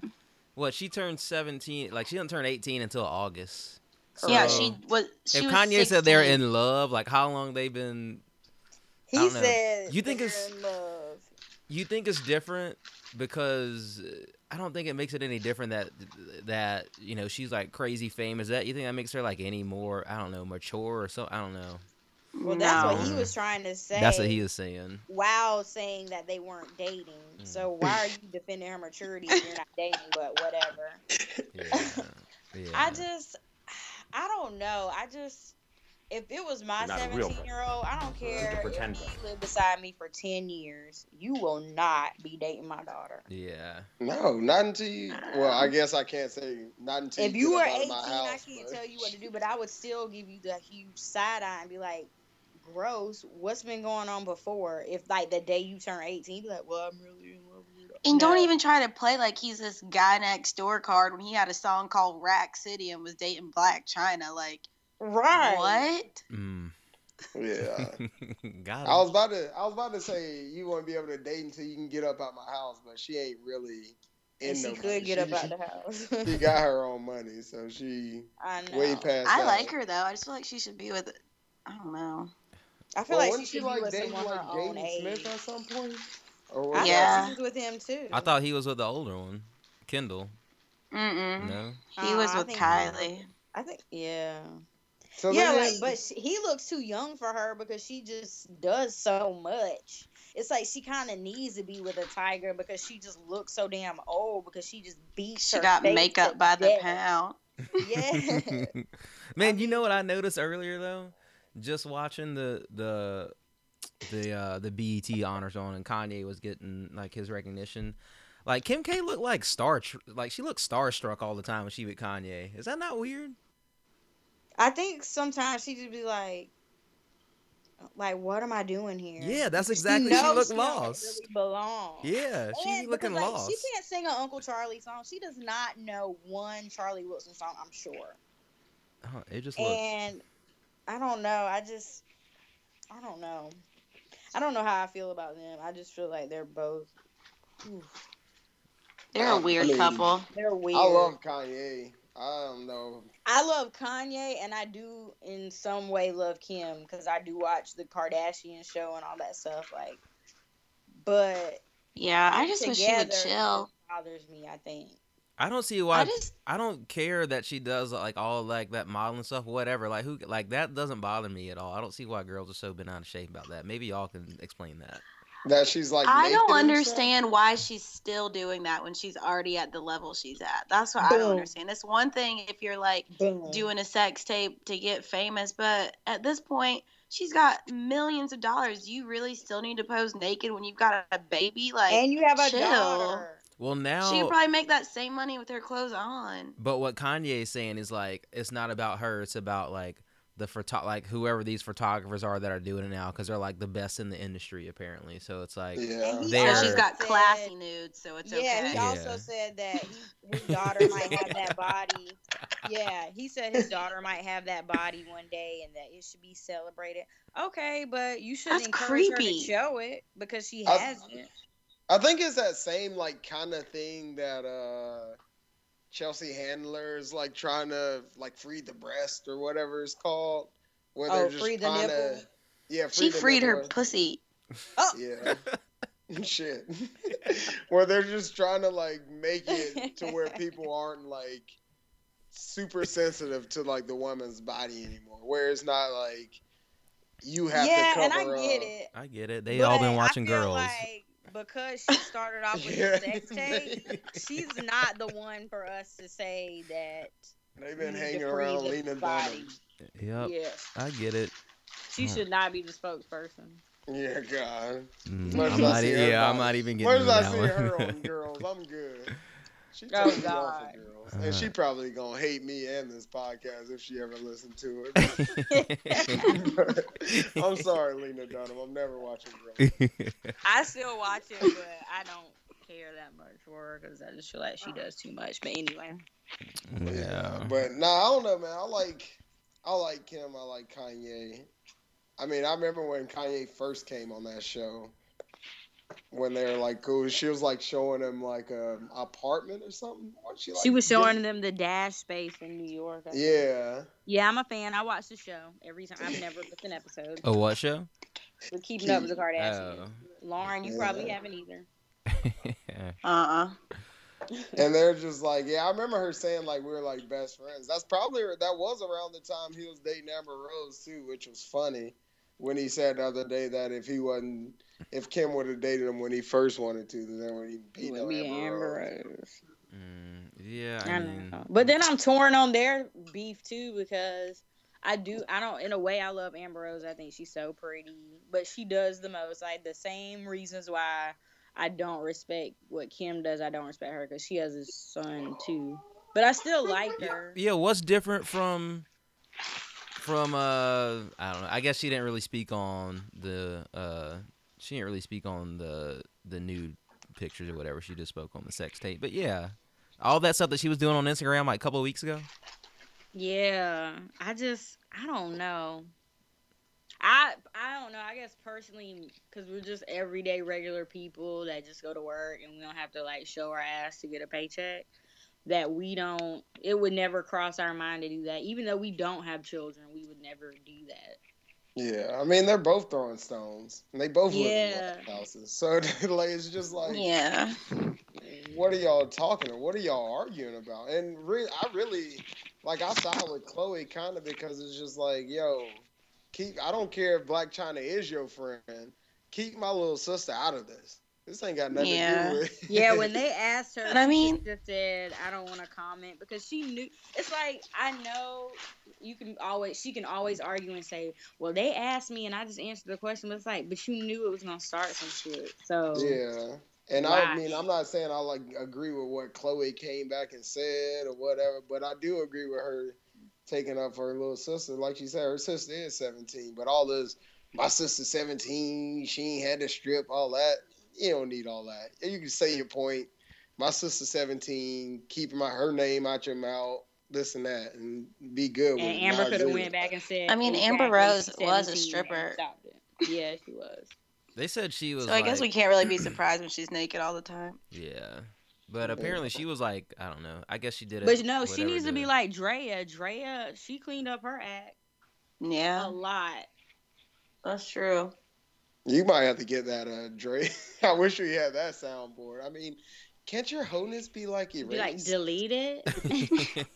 S1: what she turned 17, like she didn't turn 18 until August. So
S2: yeah, she was. She
S1: If
S2: was
S1: Kanye said they're
S2: 16.
S1: in love, like how long they been I
S4: He
S1: don't know.
S4: said,
S1: You think
S4: "They're
S1: it's-
S4: in love."
S1: you think it's different because uh, I don't think it makes it any different that that you know she's like crazy famous. That you think that makes her like any more I don't know mature or so I don't know.
S4: Well, that's
S2: no.
S4: what he was trying to say.
S1: That's what he is saying.
S4: While saying that they weren't dating,
S1: Mm.
S4: so why are you defending her maturity if you're not dating? But whatever.
S1: Yeah. yeah.
S4: I just, I don't know. I just, if it was my
S5: You're not a real
S4: 17 year old, I don't
S5: You're
S4: care.
S5: a
S4: If
S5: pretender.
S4: he lived beside me for 10 years, you will not be dating my daughter.
S1: yeah.
S3: No, not until you. Well, I guess I can't say not until.
S4: If you were
S3: get up
S4: 18,
S3: out of my
S4: I
S3: house,
S4: can't
S3: but-
S4: tell you what to do, but I would still give you the huge side eye and be like, gross, what's been going on before? If, like, the day you turn 18, be like, well, I'm really in love with
S2: And
S4: No.
S2: don't even try to play like he's this guy next door card when he had a song called Rack City and was dating Black China. Like,
S4: Right.
S2: what?
S1: Mm.
S3: Yeah.
S1: Got
S3: Uh, I was
S1: it.
S3: about to I was about to say you won't be able to date until you can get up out my house, but she ain't really in
S4: And she
S3: no
S4: could get up
S3: money.
S4: out the house.
S3: She got her own money, so she
S4: I know.
S3: way past.
S2: I
S3: that.
S2: like her though. I just feel like she should be with. I don't know.
S4: I feel
S3: Well,
S4: like she
S3: wasn't
S4: should be with
S3: dating,
S4: someone her
S3: like,
S4: own
S3: Jaden
S4: age.
S3: Smith at some point? Or
S4: I
S3: was
S2: Yeah.
S4: thought she was with him too.
S1: I thought he was with the older one, Kendall.
S2: Mm-mm.
S1: No.
S2: He
S4: Uh,
S2: was
S4: I
S2: with
S4: think-
S2: Kylie.
S4: I think yeah.
S3: that- so
S4: yeah,
S3: they
S4: like,
S3: didn't-
S4: but she, he looks too young for her because she just does so much. It's like she kind of needs to be with a tiger because she just looks so damn old because she just beats.
S2: She
S4: her
S2: got
S4: face
S2: makeup
S4: to
S2: by the
S4: death.
S2: pound.
S4: Yeah.
S1: Man, you know what I noticed earlier though? Just watching the the the uh the BET honors on and Kanye was getting like his recognition. Like Kim K looked like star like she looked starstruck all the time when she with Kanye. Is that not weird?
S4: I think sometimes she just be like, like, what am I doing here?
S1: Yeah, that's
S4: She
S1: exactly. She
S4: knows
S1: looked
S4: don't
S1: lost.
S4: Really belong.
S1: Yeah, she
S4: And
S1: be looking
S4: because, like,
S1: lost.
S4: She can't sing an Uncle Charlie song. She does not know one Charlie Wilson song, I'm sure.
S1: Huh, it just looked.
S4: And I don't know. I just, I don't know. I don't know how I feel about them. I just feel like they're both, oof,
S2: They're a weird
S3: I mean,
S2: couple.
S4: they're weird.
S3: I love Kanye. I don't know.
S4: I love Kanye, and I do in some way love Kim because I do watch the Kardashian show and all that stuff. Like, but
S2: Yeah, I just wish she would
S4: together, it
S2: chill.
S4: bothers me. I think.
S1: I don't see
S2: I
S1: why.
S2: just
S1: I don't care that she does like all like that modeling stuff, whatever. Like who, like that doesn't bother me at all. I don't see why girls are so bent out of shape about that. Maybe y'all can explain that.
S3: That she's like.
S2: I don't
S3: naked and stuff?
S2: understand why she's still doing that when she's already at the level she's at. That's what I
S4: Boom.
S2: don't understand. It's one thing if you're like
S4: Boom.
S2: doing a sex tape to get famous, but at this point, she's got millions of dollars. Do you really still need to pose naked when you've got a baby? Like,
S4: and you have a
S2: chill.
S4: daughter.
S1: Well, now,
S2: she could probably make that same money with her clothes on.
S1: but what Kanye is saying is like it's not about her. It's about like the photo, like whoever these photographers are that are doing it now, because they're like the best in the industry apparently. So it's like,
S3: Yeah.
S4: And he
S1: There.
S2: So she's got
S4: said-
S2: classy nudes, so it's
S4: yeah,
S2: okay.
S4: he also
S1: Yeah.
S4: said that he, his daughter might have that body. Yeah, he said his daughter might have that body one day, and that it should be celebrated. Okay, but you should
S2: That's
S4: encourage
S2: creepy.
S4: her to show it because she
S3: I-
S4: has it.
S3: I think it's that same like kind of thing that uh Chelsea Handler's like trying to like free the breast or whatever it's called. Where
S4: Oh,
S3: they're just
S4: free the
S3: trying
S4: nipple?
S3: to yeah, free
S2: She
S3: the
S2: freed her
S3: nipple.
S2: pussy.
S3: Yeah. Shit. where they're just trying to like make it to where people aren't like super sensitive to like the woman's body anymore. Where it's not like you have
S4: yeah,
S3: to cover
S4: and I get
S3: up.
S4: it.
S1: I get it. They all
S4: But
S1: been watching
S4: I feel
S1: girls.
S4: Like because she started off with
S3: Yeah.
S4: the sex tape, she's not the one for us to say that.
S3: They've been
S4: you need to
S3: hanging
S4: free
S3: around
S4: the
S3: Lena
S4: body.
S3: Dunham.
S1: yep,
S4: Yeah,
S1: I get it.
S4: she
S1: Oh. Huh.
S4: should not be the spokesperson.
S3: Yeah, God.
S1: Mm,
S3: Much
S1: I'm
S3: as I
S1: not,
S3: see
S1: e-
S3: her
S1: yeah, I'm
S3: body.
S1: not even getting
S3: Where
S1: into
S3: does I
S1: that
S3: see
S1: one.
S3: her on girls? I'm good. She
S4: Oh,
S3: totally off
S4: God.
S3: of girls. And she
S1: Uh-huh.
S3: probably gonna hate me and this podcast if she ever listened to it. I'm sorry, Lena Dunham. I'm never watching girls.
S4: I still watch it, but I don't care that much for her because I just feel like she does too much. But anyway,
S1: yeah.
S3: But nah, I don't know, man. I like I like Kim, I like Kanye. I mean, I remember when Kanye first came on that show. When they were like cool, she was like showing him like a apartment or something. Wasn't She, like,
S4: she was
S3: getting-
S4: showing them the dash space in New York. I think.
S3: Yeah.
S4: yeah, I'm a fan. I watch the show every time. I've never missed an episode.
S1: Oh, what show?
S4: We're keeping up with the Kardashians.
S1: Oh.
S4: Lauren, you
S3: Yeah.
S4: probably haven't either.
S2: Uh-uh.
S3: And they're just like, yeah, I remember her saying like we were like best friends. That's probably that was around the time he was dating Amber Rose too, which was funny when he said the other day that if he wasn't, if Kim would have dated him when he first wanted to, then when he beat
S4: Would
S3: on
S4: be
S3: Amber,
S4: Amber
S3: Rose.
S4: Rose.
S1: Mm, yeah, I,
S4: I
S1: mean,
S4: don't know. But then I'm torn on their beef too because I do I don't in a way I love Amber Rose. I think she's so pretty, but she does the most like the same reasons why I don't respect what Kim does. I don't respect her because she has a son too. But I still like her.
S1: yeah. What's different from from uh? I don't know. I guess she didn't really speak on the uh. She didn't really speak on the the nude pictures or whatever she just spoke on the sex tape. But yeah, all that stuff that she was doing on Instagram like a couple of weeks ago.
S4: Yeah, I just I don't know. I I don't know. I guess personally, because we're just everyday regular people that just go to work and we don't have to like show our ass to get a paycheck. That we don't. It would never cross our mind to do that. Even though we don't have children, we would never do that.
S3: Yeah, I mean they're both throwing stones, and they both
S4: Yeah.
S3: live in houses. So like, it's just like,
S2: Yeah.
S3: what are y'all talking? Or what are y'all arguing about? And re- I really, like, I side with Chloe kind of because it's just like, yo, keep. I don't care if Black China is your friend. Keep my little sister out of this. This ain't got nothing
S2: Yeah.
S3: to do with.
S4: Yeah, when they asked her,
S2: And I
S4: she
S2: mean-
S4: just said, "I don't want to comment" because she knew. It's like I know you can always she can always argue and say, "Well, they asked me and I just answered the question." But it's like, but you knew it was gonna start some shit. So
S3: Yeah. And I
S4: Right.
S3: mean, I'm not saying I like agree with what Chloe came back and said or whatever, but I do agree with her taking up for her little sister. Like she said, her sister is 17, but all this, my sister's 17, she ain't had to strip, all that. You don't need all that. You can say your point. My sister's 17, keep my her name out your mouth, this and that, and be good with
S4: and
S3: it.
S4: Amber
S3: Not
S4: could have
S3: agree.
S4: went back and said,
S2: I mean,
S4: "Exactly,
S2: Amber Rose
S4: she's
S2: was
S4: 17
S2: a
S4: and
S2: stripper.
S4: stopped it." Yeah, she was.
S1: They said she was.
S2: So I guess
S1: like-
S2: we can't really be surprised when she's naked all the time.
S1: Yeah, but apparently she was like, I don't know. I guess she did it.
S4: But no, she
S1: whatever
S4: needs to be
S1: the-
S4: like Drea. Drea, she cleaned up her act a Oh.
S2: Yeah,
S4: lot.
S2: that's true.
S3: You might have to get that, uh, Dre. I wish we had that soundboard. I mean, can't your wholeness be like erased?
S4: Be like, delete it.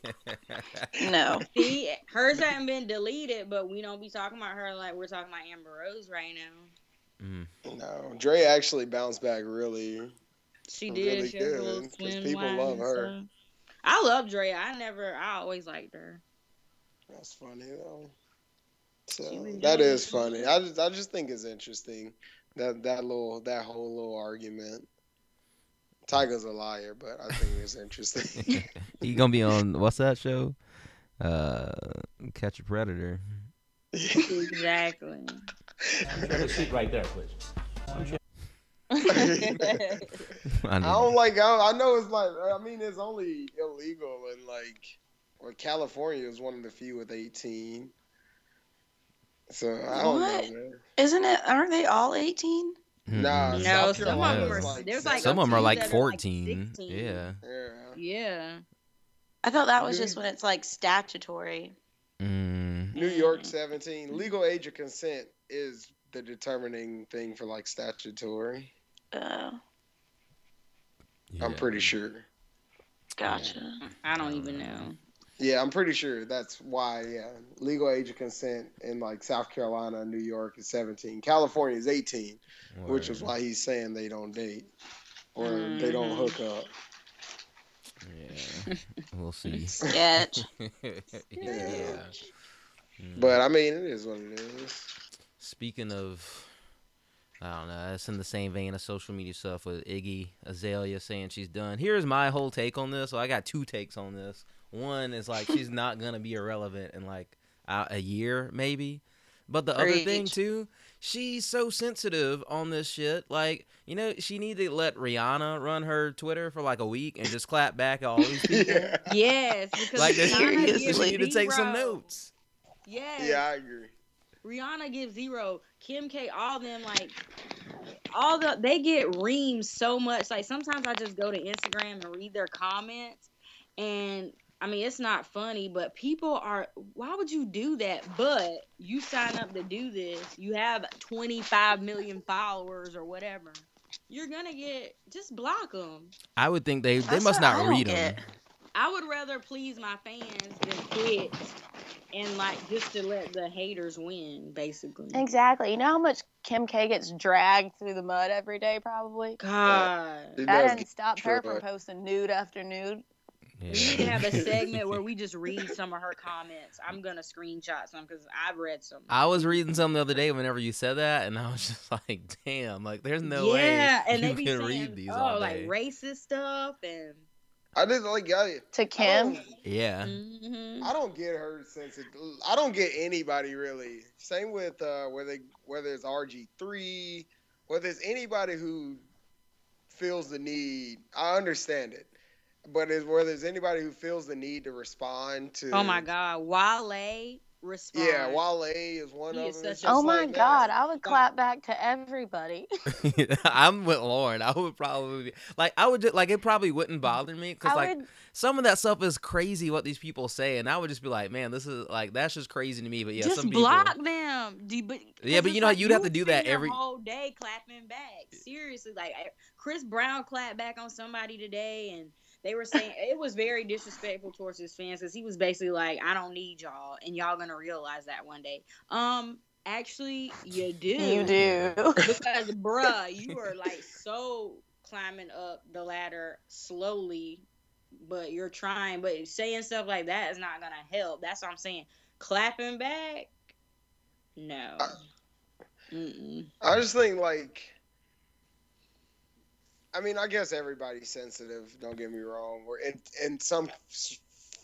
S2: No.
S4: See, hers haven't been deleted, but we don't be talking about her like we're talking about Amber Rose right now.
S1: Mm.
S3: No, Dre actually bounced back really.
S4: She
S3: She
S4: did.
S3: really
S4: she has a
S3: good,
S4: little
S3: Oh, 'cause
S4: swim
S3: people
S4: line
S3: love
S4: and
S3: her.
S4: stuff. I love Drea. I never. I always liked her.
S3: That's funny though.
S4: She
S3: So
S4: was
S3: that
S4: young.
S3: is funny. I just I just think it's interesting that that little that whole little argument. Tiger's a liar, but I think it's interesting.
S1: you gonna be on what's that show? Uh, Catch a Predator.
S4: Exactly.
S5: right there, please.
S1: I
S3: I don't like. I, don't- I know it's like. I mean, it's only illegal in like, or California is one of the few with eighteen. So I don't
S2: What?
S3: know, man.
S2: Isn't it? Aren't they all 18?
S1: Mm-mm.
S3: Nah,
S4: no,
S3: South
S4: some of them
S1: Carolina
S4: are.
S1: is
S3: like
S4: there's like
S1: Some of them are
S4: two
S1: like
S4: that
S1: 14.
S4: 16.
S1: yeah.
S4: Mm.
S3: Yeah.
S4: Yeah.
S2: I thought that was
S3: Really?
S2: just when it's like statutory.
S1: Mm.
S3: New York seventeen. Legal age of consent is the determining thing for like statutory.
S2: Oh,
S3: I'm
S1: Yeah.
S3: pretty sure.
S2: gotcha.
S4: I don't even know.
S3: Yeah, I'm pretty sure that's why. Yeah, legal age of consent in like South Carolina, and New York is 17. California is 18, which is
S1: Word.
S3: why he's saying they don't date or they don't
S4: Mhm.
S3: hook up.
S1: Yeah. we'll see.
S2: Sketch.
S1: yeah. Mm.
S3: But I mean, it is what it is.
S1: Speaking of, I don't know, that's in the same vein of social media stuff with Iggy Azalea saying she's done. Here's my whole take on this. So I got two takes on this. One is like she's not gonna be irrelevant in like a, a year maybe. But the other thing
S2: Preach.
S1: too, she's so sensitive on this shit. Like you know, she need to let Rihanna run her Twitter for like a week and just clap back at all these people.
S3: Yeah,
S4: Yes, because
S1: Like
S4: Rihanna
S1: this,
S4: gives
S1: she
S2: Seriously.
S1: need to take some
S4: zero.
S1: notes.
S4: Yes.
S3: yeah, I agree.
S4: Rihanna gives zero. Kim K, all them like all the they get reams so much. Like sometimes I just go to Instagram and read their comments, and I mean it's not funny, but people are. Why would you do that? But you sign up to do this. You have 25 million followers or whatever. You're gonna get just block them.
S1: I would think they they
S2: That's
S1: must
S2: what I
S1: not
S2: don't
S1: read them.
S2: get.
S4: I would rather please my fans than quit and like just to let the haters win, basically.
S2: Exactly. You know how much Kim K gets dragged through the mud every day, probably?
S4: God.
S3: It
S2: That
S3: does
S2: hasn't stopped her from
S3: dragged.
S2: posting nude after nude.
S4: We need to have a segment where we just read some of her comments. I'm gonna screenshot some because I've read some.
S1: I was reading something the other day whenever you said that, and I was just like, damn, like there's no way
S4: yeah, and
S1: you
S4: they be
S1: can
S4: saying,
S1: read these
S4: oh,
S1: all
S4: like
S1: day.
S4: racist stuff and.
S3: I didn't like. I,
S2: To
S3: I
S2: Kim?
S3: don't-
S1: yeah.
S4: Mhm.
S3: I don't get her sensitive. I don't get anybody really. Same with uh, whether whether it's RG three, whether it's anybody who feels the need. I understand it, but is where there's anybody who feels the need to respond to.
S4: Oh my God, Wale responds.
S3: Yeah, Wale is one
S4: He
S3: of
S4: is
S3: them. It's
S4: such a-
S3: just
S2: Oh my
S3: like, man,
S2: god, I would clap back to everybody.
S1: I'm with Lauren. I would probably be, like I would just, like it probably
S4: Mm.
S1: wouldn't bother me because
S2: I
S1: like
S2: would
S1: some of that stuff is crazy what these people say, and I would just be like, man, this is like that's just crazy to me. But yeah,
S4: just
S1: some
S4: block
S1: people.
S4: them. Do you- but, 'cause
S1: Yeah, but
S4: it's
S1: you know,
S4: like
S1: you'd have
S4: you
S1: to do that
S4: spend your
S1: every-
S4: whole day clapping back. Seriously, like I- Chris Brown clapped back on somebody today, and they were saying it was very disrespectful towards his fans because he was basically like, "I don't need y'all, and y'all gonna realize that one day." Um, actually, you do.
S2: you do.
S4: because bruh you are like so climbing up the ladder slowly but you're trying but saying stuff like that is not gonna help that's what i'm saying clapping back no
S3: Uh,
S4: Mm-mm.
S3: I just think like. I mean, I guess everybody's sensitive. Don't get me wrong. We're in in some s-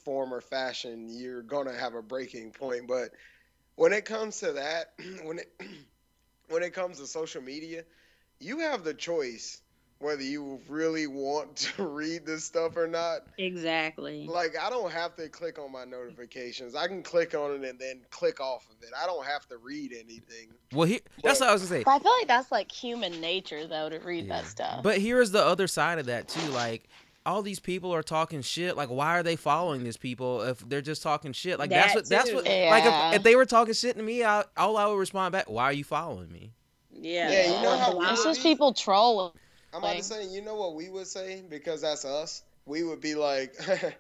S3: form or fashion, you're gonna have a breaking point. But when it comes to that, when it when it comes to social media, you have the choice whether you really want to read this stuff or not.
S4: exactly
S3: Like I don't have to click on my notifications. I can click on it and then click off of it. I don't have to read anything.
S1: Well, here, that's what I was gonna say.
S2: But I feel like that's like human nature though to read that
S1: Yeah.
S2: stuff.
S1: But here's the other side of that too. Like all these people are talking shit. Like why are they following these people if they're just talking shit? Like that's
S4: That
S1: what that's
S4: too.
S1: what
S2: Yeah.
S1: like if, if they were talking shit to me, I, all I would respond back, "Why are you following me?"
S4: yeah,
S3: Yeah, you know
S4: Or
S3: how
S4: block.
S2: it's
S3: wild-
S2: just people trolling.
S3: I'm about
S2: Like-
S3: to say, you know what we would say because that's us. We would be like,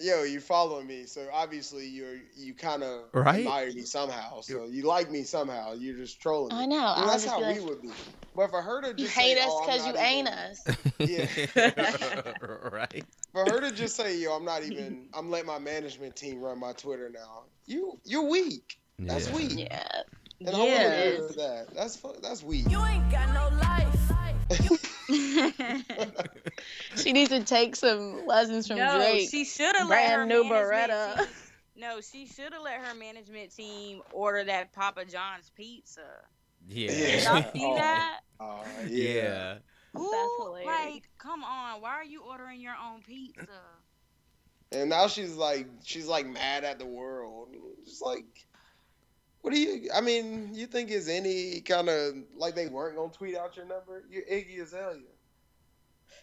S3: "Yo, you following me, so obviously you're you kind of
S1: Right?
S3: admire me somehow. So you like me somehow. You're just trolling me.
S2: I know.
S3: And
S2: I would
S3: that's
S2: just
S3: how
S2: be
S3: we
S2: like,
S3: would be. But for her to
S2: you
S3: just say,
S2: hate us
S3: "Oh, I'm
S2: because you
S3: not
S2: ain't
S3: even-"
S2: us.
S3: Yeah.
S1: right.
S3: For her to just say, "Yo, I'm not even. I'm letting my management team run my Twitter now. You you're weak. That's
S1: yeah.
S3: weak.
S2: Yeah.
S3: And I want to
S4: Yeah.
S3: get rid of that. That's fu- that's weak.
S2: She needs to take some lessons from
S4: no,
S2: Drake.
S4: she should have let her
S2: Brand new
S4: management
S2: Beretta.
S4: team- no, she should have let her management team order that Papa John's pizza. Did
S1: Yeah.
S4: Y'all
S3: Yeah.
S4: see
S3: Oh.
S4: that?
S3: Oh,
S1: Yeah.
S2: That's
S4: Who,
S2: hilarious.
S4: like, come on, why are you ordering your own pizza?
S3: And now she's like, she's like mad at the world. Just like, what do you? I mean, you think is any kind of like they weren't gonna tweet out your number? You're Iggy Azalea.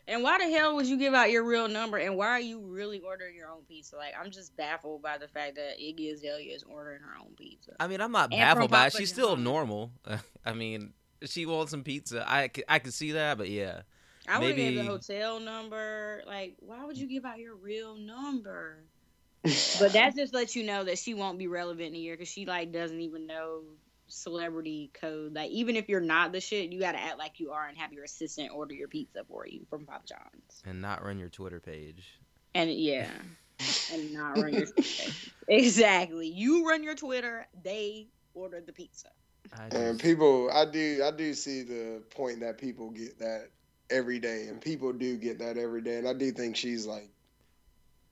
S4: And why the hell would you give out your real number? And why are you really ordering your own pizza? Like, I'm just baffled by the fact that Iggy Azalea is ordering her own pizza.
S1: I mean, I'm not
S4: And
S1: baffled
S4: from
S1: by it.
S4: Papa
S1: She's still
S4: John's.
S1: normal. I mean, she wants some pizza. I c- I could see that, but yeah.
S4: I would have gave the
S1: Maybe-
S4: hotel number. Like, why would you give out your real number? But that just lets you know that she won't be relevant in a year because she like doesn't even know celebrity code. Like, even if you're not the shit, you gotta act like you are and have your assistant order your pizza for you from Papa John's.
S1: And not run your Twitter page.
S4: And yeah, and not run your Twitter. exactly. You run your Twitter. They order the pizza.
S1: I
S3: And
S1: just-
S3: people, I do, I do see the point that people get that every day, and people do get that every day. And I do think she's like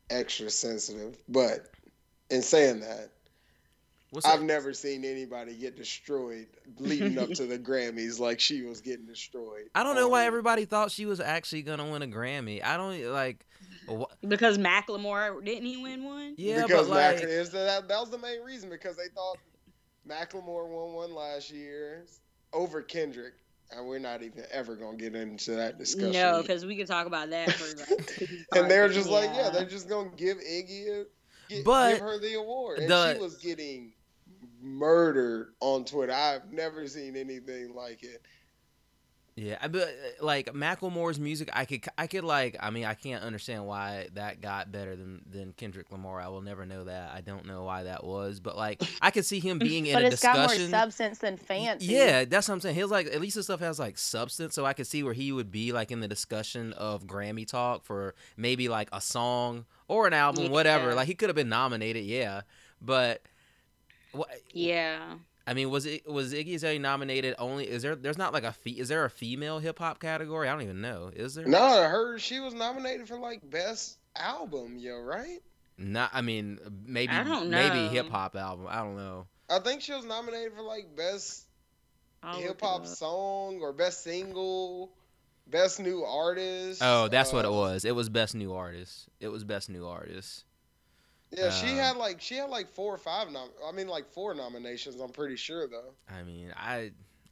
S3: extra sensitive. But in saying that,
S1: what's
S3: I've
S1: up?
S3: never seen anybody get destroyed leading up to the Grammys like she was getting destroyed.
S1: I don't know why
S3: on-
S1: everybody thought she was actually gonna win a Grammy. I don't like. wh-
S4: Because Macklemore didn't he win one?
S1: Yeah,
S3: because
S1: but like,
S3: Mac- is that, that was the main reason because they thought Macklemore won one last year over Kendrick, and we're not even ever gonna get into that discussion.
S4: No, because we could talk about that for like. two
S3: and they're
S4: parts.
S3: just like, yeah,
S4: Yeah.
S3: they're just gonna give Iggy, a, gi-
S1: But
S3: give her the award, and
S1: the-
S3: she was getting murdered on Twitter. I've never seen anything like it.
S1: yeah, I- but uh, like Macklemore's music, I could, I could like, I mean, I can't understand why that got better than than Kendrick Lamar. I will never know that. I don't know why that was, but like, I could see him being in
S2: But
S1: a
S2: it's got more
S1: discussion.
S2: substance than fancy.
S1: Yeah, that's what I'm saying. He was like, at least this stuff has like substance, so I could see where he would be like in the discussion of Grammy talk for maybe like a song or an album, whatever.
S4: Yeah.
S1: Like he could have been nominated, yeah, but. wha-
S4: Yeah.
S1: I mean, was it was Iggy Azalea nominated only? Is there there's not like a fe- is there a female hip hop category? I don't even know. Is there?
S3: No, her she was nominated for like best album, yo, right?
S1: Not. I mean, maybe
S4: I don't
S1: maybe
S4: know.
S1: hip hop album. I don't know.
S3: I think she was nominated for like best
S4: I'll look
S3: hip
S4: it
S3: hop
S4: up.
S3: song or best single Best new artist.
S1: Oh, that's what
S3: uh,
S1: it was. It was best new artist. It was best new artist.
S3: Yeah, she
S1: Um,
S3: had like she had like four or five nom. I mean, like four nominations. I'm pretty sure though.
S1: I mean, I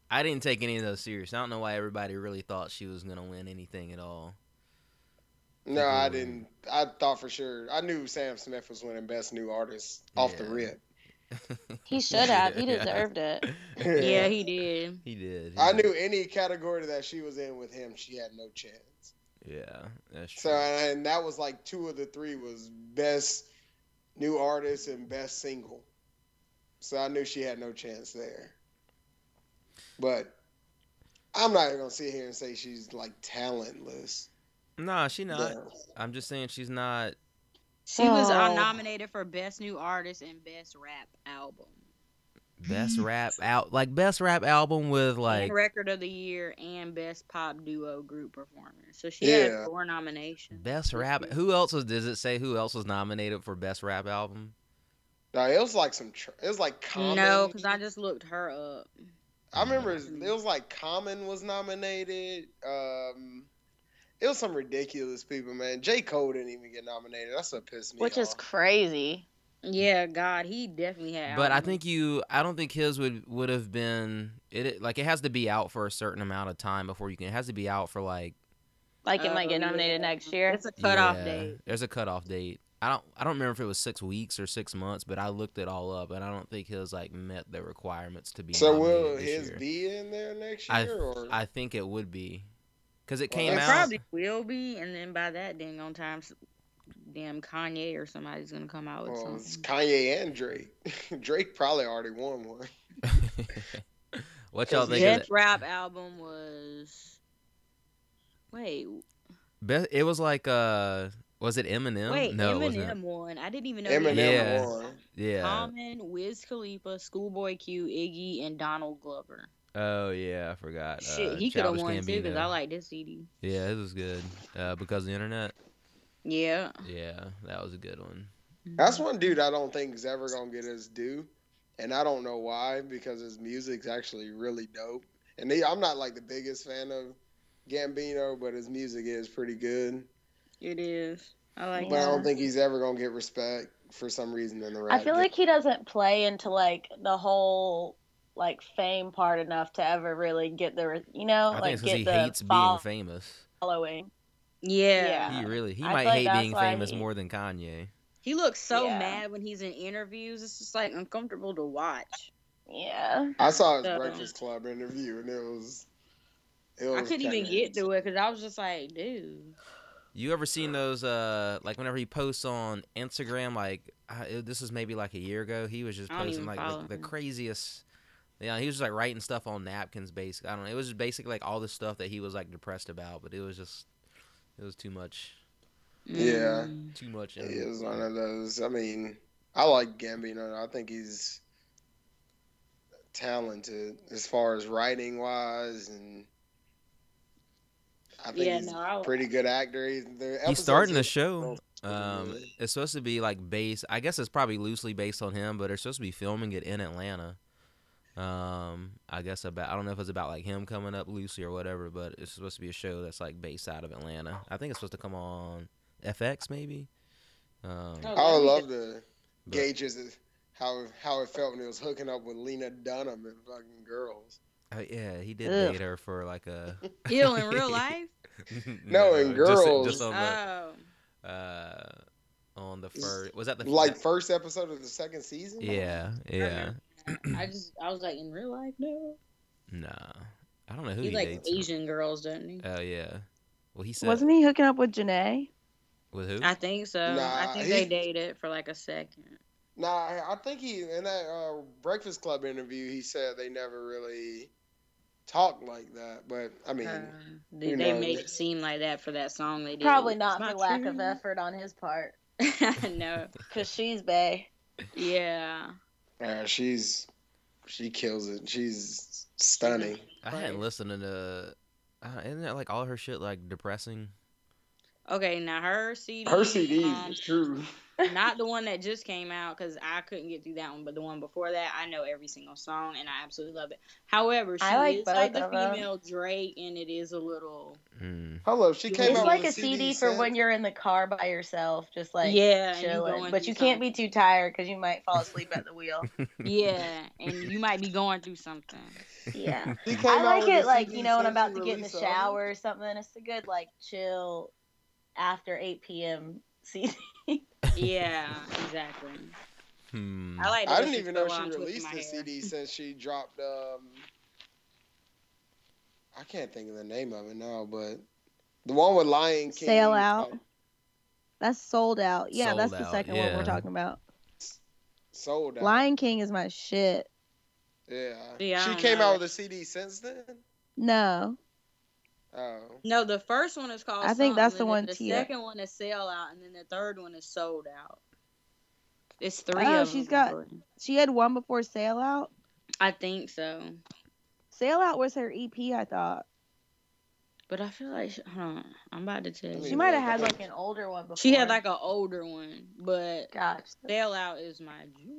S1: I didn't take any of those serious. I don't know why everybody really thought she was gonna win anything at all.
S3: No, I
S1: Mhm.
S3: didn't. I thought for sure. I knew Sam Smith was winning Best New Artist off the
S1: Yeah.
S3: rip.
S2: He should have. He deserved it.
S4: Yeah, he did.
S1: He did. he
S3: I
S1: did.
S3: knew any category that she was in with him, she had no chance.
S1: Yeah, that's true.
S3: So, and that was like two of the three was Best New Artist and Best Single. So I knew she had no chance there. But I'm not even gonna sit here and say she's like talentless.
S1: nah, she not.
S3: No.
S1: I'm just saying she's not.
S4: She was uh,
S2: Oh.
S4: nominated for best new artist and best rap album,
S1: Best rap out like best rap album with
S4: And
S1: like
S4: record of the year, and best pop duo group performance. So she
S3: Yeah.
S4: had four nominations.
S1: best rap. Who else was? Does it say who else was nominated for best rap album?
S3: No, it was like some. Tr- it was like common.
S4: No, because I just looked her up.
S2: Mm.
S3: I remember it was like Common was nominated. Um, it was some ridiculous people, man. J. Cole didn't even get nominated. That's what pissed me
S2: Which
S3: off.
S2: is crazy.
S4: Yeah, God, he definitely had.
S1: But I
S4: albums.
S1: think you. I don't think his would would have been it- it. Like it has to be out for a certain amount of time before you can. It has to be out for like
S2: Like it might
S4: Oh,
S2: get nominated
S4: yeah.
S2: next year.
S4: it's a cutoff
S1: yeah,
S4: date.
S1: There's a cutoff date. I don't. I don't remember if it was six weeks or six months, but I looked it all up, and I don't think his like met the requirements to be.
S3: so
S1: nominated
S3: will
S1: this
S3: his
S1: year.
S3: be in there next year?
S1: I-
S3: or
S1: I think it would be, because it
S3: Well,
S1: came
S4: It
S3: that's-
S1: out.
S4: probably will be, and then by that dang on time, s- damn Kanye or somebody's gonna come out with
S2: Oh,
S3: Well, it's
S4: something.
S3: Um, Kanye and Drake. Drake probably already won one.
S1: what y'all think? Of that?
S4: Best rap album was. Wait,
S1: Best, it was like uh, was it Eminem?
S4: wait,
S1: no, it wasn't.
S4: Eminem won. I didn't even know. he
S3: Eminem
S1: Yeah.
S3: won.
S1: Yeah.
S4: Common, Wiz Khalifa, Schoolboy Q, Iggy, and Donald Glover.
S1: oh yeah, I forgot.
S4: Shit,
S1: uh,
S4: he could have
S1: Childish
S4: won too because I
S1: Gambino.
S4: like this CD.
S1: Yeah, this was good. Uh, because of the internet.
S4: Yeah.
S1: Yeah, that was a good one.
S3: That's one dude I don't think is ever gonna get his due, and I don't know why because his music's actually really dope. And he, I'm not like the biggest fan of Gambino, but his music is pretty good.
S4: It is. I like
S3: But I
S4: that.
S3: don't think he's ever gonna get respect for some reason in the rap.
S2: I feel like he doesn't play into like the whole like fame part enough to ever really get the re- you know
S1: I think
S2: like
S1: it's because
S2: get
S1: he
S2: the
S1: hates
S2: following.
S1: being famous.
S4: Yeah.
S2: Yeah.
S1: He really, he
S2: I
S1: might
S2: feel like
S1: hate
S2: that's
S1: being
S2: why
S1: famous
S2: he-
S1: more than Kanye.
S4: He looks so
S2: Yeah.
S4: mad when he's in interviews. It's just like uncomfortable to watch.
S2: Yeah,
S3: I saw his
S4: So-
S3: Breakfast Club interview, and it was. It
S4: I
S3: was
S4: couldn't even
S3: kinda-
S4: get to it because I was just like, dude.
S1: You ever seen those? Uh, like whenever he posts on Instagram, like uh, it- this is maybe like a year ago, he was just
S4: I don't
S1: posting
S4: even
S1: like
S4: follow
S1: the, the
S4: him.
S1: craziest. Yeah, he was just like writing stuff on napkins. Basically, I don't know. It was just basically like all the stuff that he was like depressed about, but it was just, it was too much,
S3: Yeah.
S4: Mm.
S1: too much.
S3: He is one of those. I mean, I like Gambino. I think he's talented as far as writing wise, and I think
S4: Yeah,
S3: he's
S4: no, I-
S3: a pretty good actor. He's, the
S1: He's
S3: episodes
S1: starting
S3: he-
S1: a show.
S3: pretty
S1: Um,
S3: good.
S1: it's supposed to be like based. I guess it's probably loosely based on him, but they're supposed to be filming it in Atlanta. Um, I guess about. I don't know if it's about like him coming up loosely or whatever, but it's supposed to be a show that's like based out of Atlanta. I think it's supposed to come on FX maybe. Um,
S4: Oh,
S3: I would
S4: That'd be
S3: love to
S1: but-
S3: gauge his, how how it felt when he was hooking up with Lena Dunham and fucking girls.
S1: oh, yeah, he did
S2: Ugh.
S1: date her for like a.
S4: Ill in real life?
S3: No, in
S1: just-
S3: Girls.
S1: Just, on the,
S4: Oh.
S1: uh, on the
S3: Just
S1: first. Was that the
S3: Like first episode of the second season.
S1: Yeah, yeah.
S4: I just, I was like, in real life, no.
S1: Nah, I don't know who
S4: he
S1: he,
S4: likes
S1: dates.
S4: Asian girls, doesn't he?
S1: Oh yeah. Well, he said
S2: wasn't he hooking up with Janae?
S1: with who?
S4: I think so. I
S3: Nah,
S4: think
S3: he-
S4: they dated for like a second.
S3: Nah, I- I think he in that uh, Breakfast Club interview he said they never really talked like that. But I mean,
S4: Uh,
S3: you
S4: they they
S3: know,
S4: made
S3: the-
S4: it seem like that for that song they did.
S2: Probably
S4: It's
S2: not for lack of
S4: true.
S2: effort on his part,
S4: no.
S2: cause she's bae.
S4: Yeah.
S3: uh, she's she kills it. She's stunning.
S1: I hadn't listened to. Uh, isn't that like all her shit like depressing?
S4: Okay, now her CD.
S3: Her CD
S4: um,
S3: is true.
S4: Not the one that just came out because I couldn't get through that one, but the one before that, I know every single song and I absolutely love it. However, she
S2: I like
S4: is like
S2: both
S4: the
S2: of 'em.
S4: female Drake, and it is a little
S1: Hmm.
S6: Mm.
S3: Hello, she
S4: It's
S3: came
S2: it's
S3: out
S2: like
S3: with
S2: a CD for
S3: set.
S2: when you're in the car by yourself, just like
S4: yeah, and you
S2: chilling.
S4: going
S2: but
S4: through
S2: you can't
S4: something.
S2: be too tired because you might fall asleep at the wheel.
S4: yeah, and you might be going through something.
S2: Yeah,
S3: She came
S2: I
S3: out
S2: like
S3: with a
S2: it like
S3: CD
S2: you know when I'm
S3: set she
S2: about to get in the
S3: released on-
S2: shower or something. It's a good like chill after 8 p.m. CD.
S4: Yeah, exactly.
S6: Hmm.
S4: I like. to
S3: I didn't
S4: listen
S3: even
S4: to it
S3: know
S4: while I'm
S3: she
S4: twisting
S3: released
S4: my
S3: the
S4: hair.
S3: CD since she dropped. um I can't think of the name of it now, but the one with Lion King. uh,
S7: Sell Out. That's sold out. Yeah,
S6: Sold
S7: that's the
S6: Out,
S7: second one
S6: yeah.
S7: we're talking about.
S3: Sold out.
S7: Lion King is my shit.
S3: Yeah.
S4: Yeah, I
S3: she
S4: don't
S3: came
S4: know.
S3: out with a CD since then.
S7: No,
S3: Oh.
S4: No, the first one is called.
S7: I think that's
S4: Something,
S7: the
S4: and
S7: one
S4: The
S7: Tia-
S4: second one is sell out, and then the third one is sold out. It's three.
S7: Oh,
S4: of
S7: she's
S4: them, I
S7: got-
S4: believe.
S7: she had one before Sail Out.
S4: I think so,
S7: Sail Out was her
S2: E
S7: EP, I thought.
S4: but I feel like she, hold on, I'm about to tell
S3: Let
S4: you.
S3: me
S7: She might have
S3: look.
S7: had
S2: like
S7: like
S2: an older one before.
S4: She had like an older one, but
S2: gosh.
S4: sell out is my joint.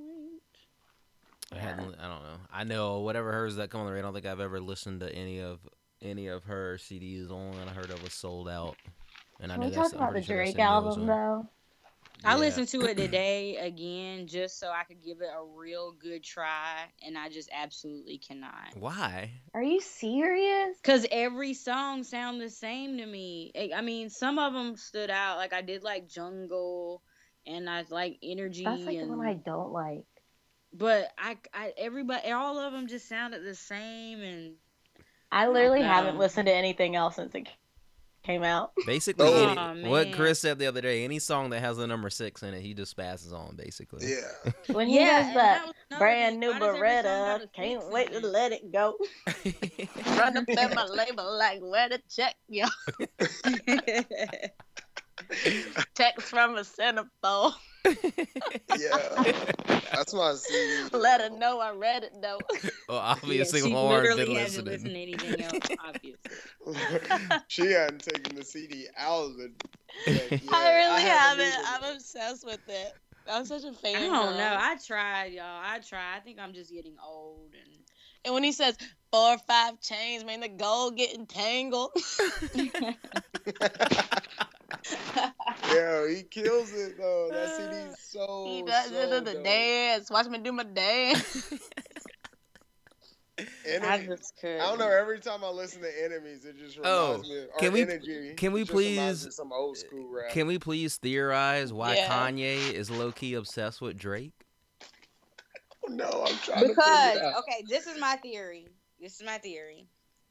S6: I, hadn't, I don't know. I know whatever hers that come on the radio. I don't think I've ever listened to any of any of her CDs. The only one I heard of was sold out. And I
S2: Can we
S6: know that's-
S2: talk
S6: I'm
S2: about
S6: pretty
S2: the
S6: sure that's in
S2: Drake
S6: Noah's
S2: album
S6: one.
S2: though?
S4: I
S6: Yeah.
S4: listened to it today again just so I could give it a real good try, and I just absolutely cannot.
S6: Why?
S2: Are you serious?
S4: Cause every song sound the same to me. I- I mean, some of them stood out. Like I did like Jungle, and I like Energy.
S2: That's like the
S4: and,
S2: one I don't like.
S4: But I, I everybody, all of them just sounded the same. And
S2: I literally
S4: no.
S2: haven't listened to anything else since it came out.
S6: Basically,
S3: Oh,
S6: any- what
S4: man.
S6: Chris said the other day, any song that has the number six in it, he just passes on, basically.
S3: Yeah.
S2: When he does
S4: and
S2: that
S4: was another
S2: brand
S4: thing.
S2: new
S4: Why does every song have
S2: Beretta,
S4: a
S2: can't
S4: six
S2: wait
S4: in
S2: to
S4: it?
S2: let it go. Run up in my label like where the check, yo. Text from a centerfold.
S3: Yeah. That's my CD.
S2: Let her know I read it though.
S6: well,
S4: Yeah,
S6: obviously,
S4: she
S6: Lauren's been
S4: literally hasn't
S6: listening.
S4: listened to anything else. Obviously.
S3: she hadn't taken the CD out of it. Like, yeah,
S2: I really
S3: haven't
S2: haven't.
S3: either.
S2: I'm obsessed with it. I'm such a fan.
S4: I don't know. I tried, y'all. I tried. I think I'm just getting old and.
S2: and when he says four or five chains, man, the gold getting tangled.
S3: Yeah, he kills it though. That CD's so.
S2: he does
S3: Oh, so
S2: it to the
S3: dope.
S2: dance. Watch me do my dance.
S3: Enemy-
S4: just could.
S3: I don't know. Every time I listen to enemies, it just
S6: Oh,
S3: reminds me of or
S6: can we-
S3: energy.
S6: can we
S3: it just reminds
S6: please-
S3: me of some old school rap?
S6: Can we please theorize why
S2: Yeah.
S6: Kanye is low key obsessed with Drake?
S3: no, I'm trying to
S4: Because
S3: figure it out.
S4: okay, this is my theory. This is my theory.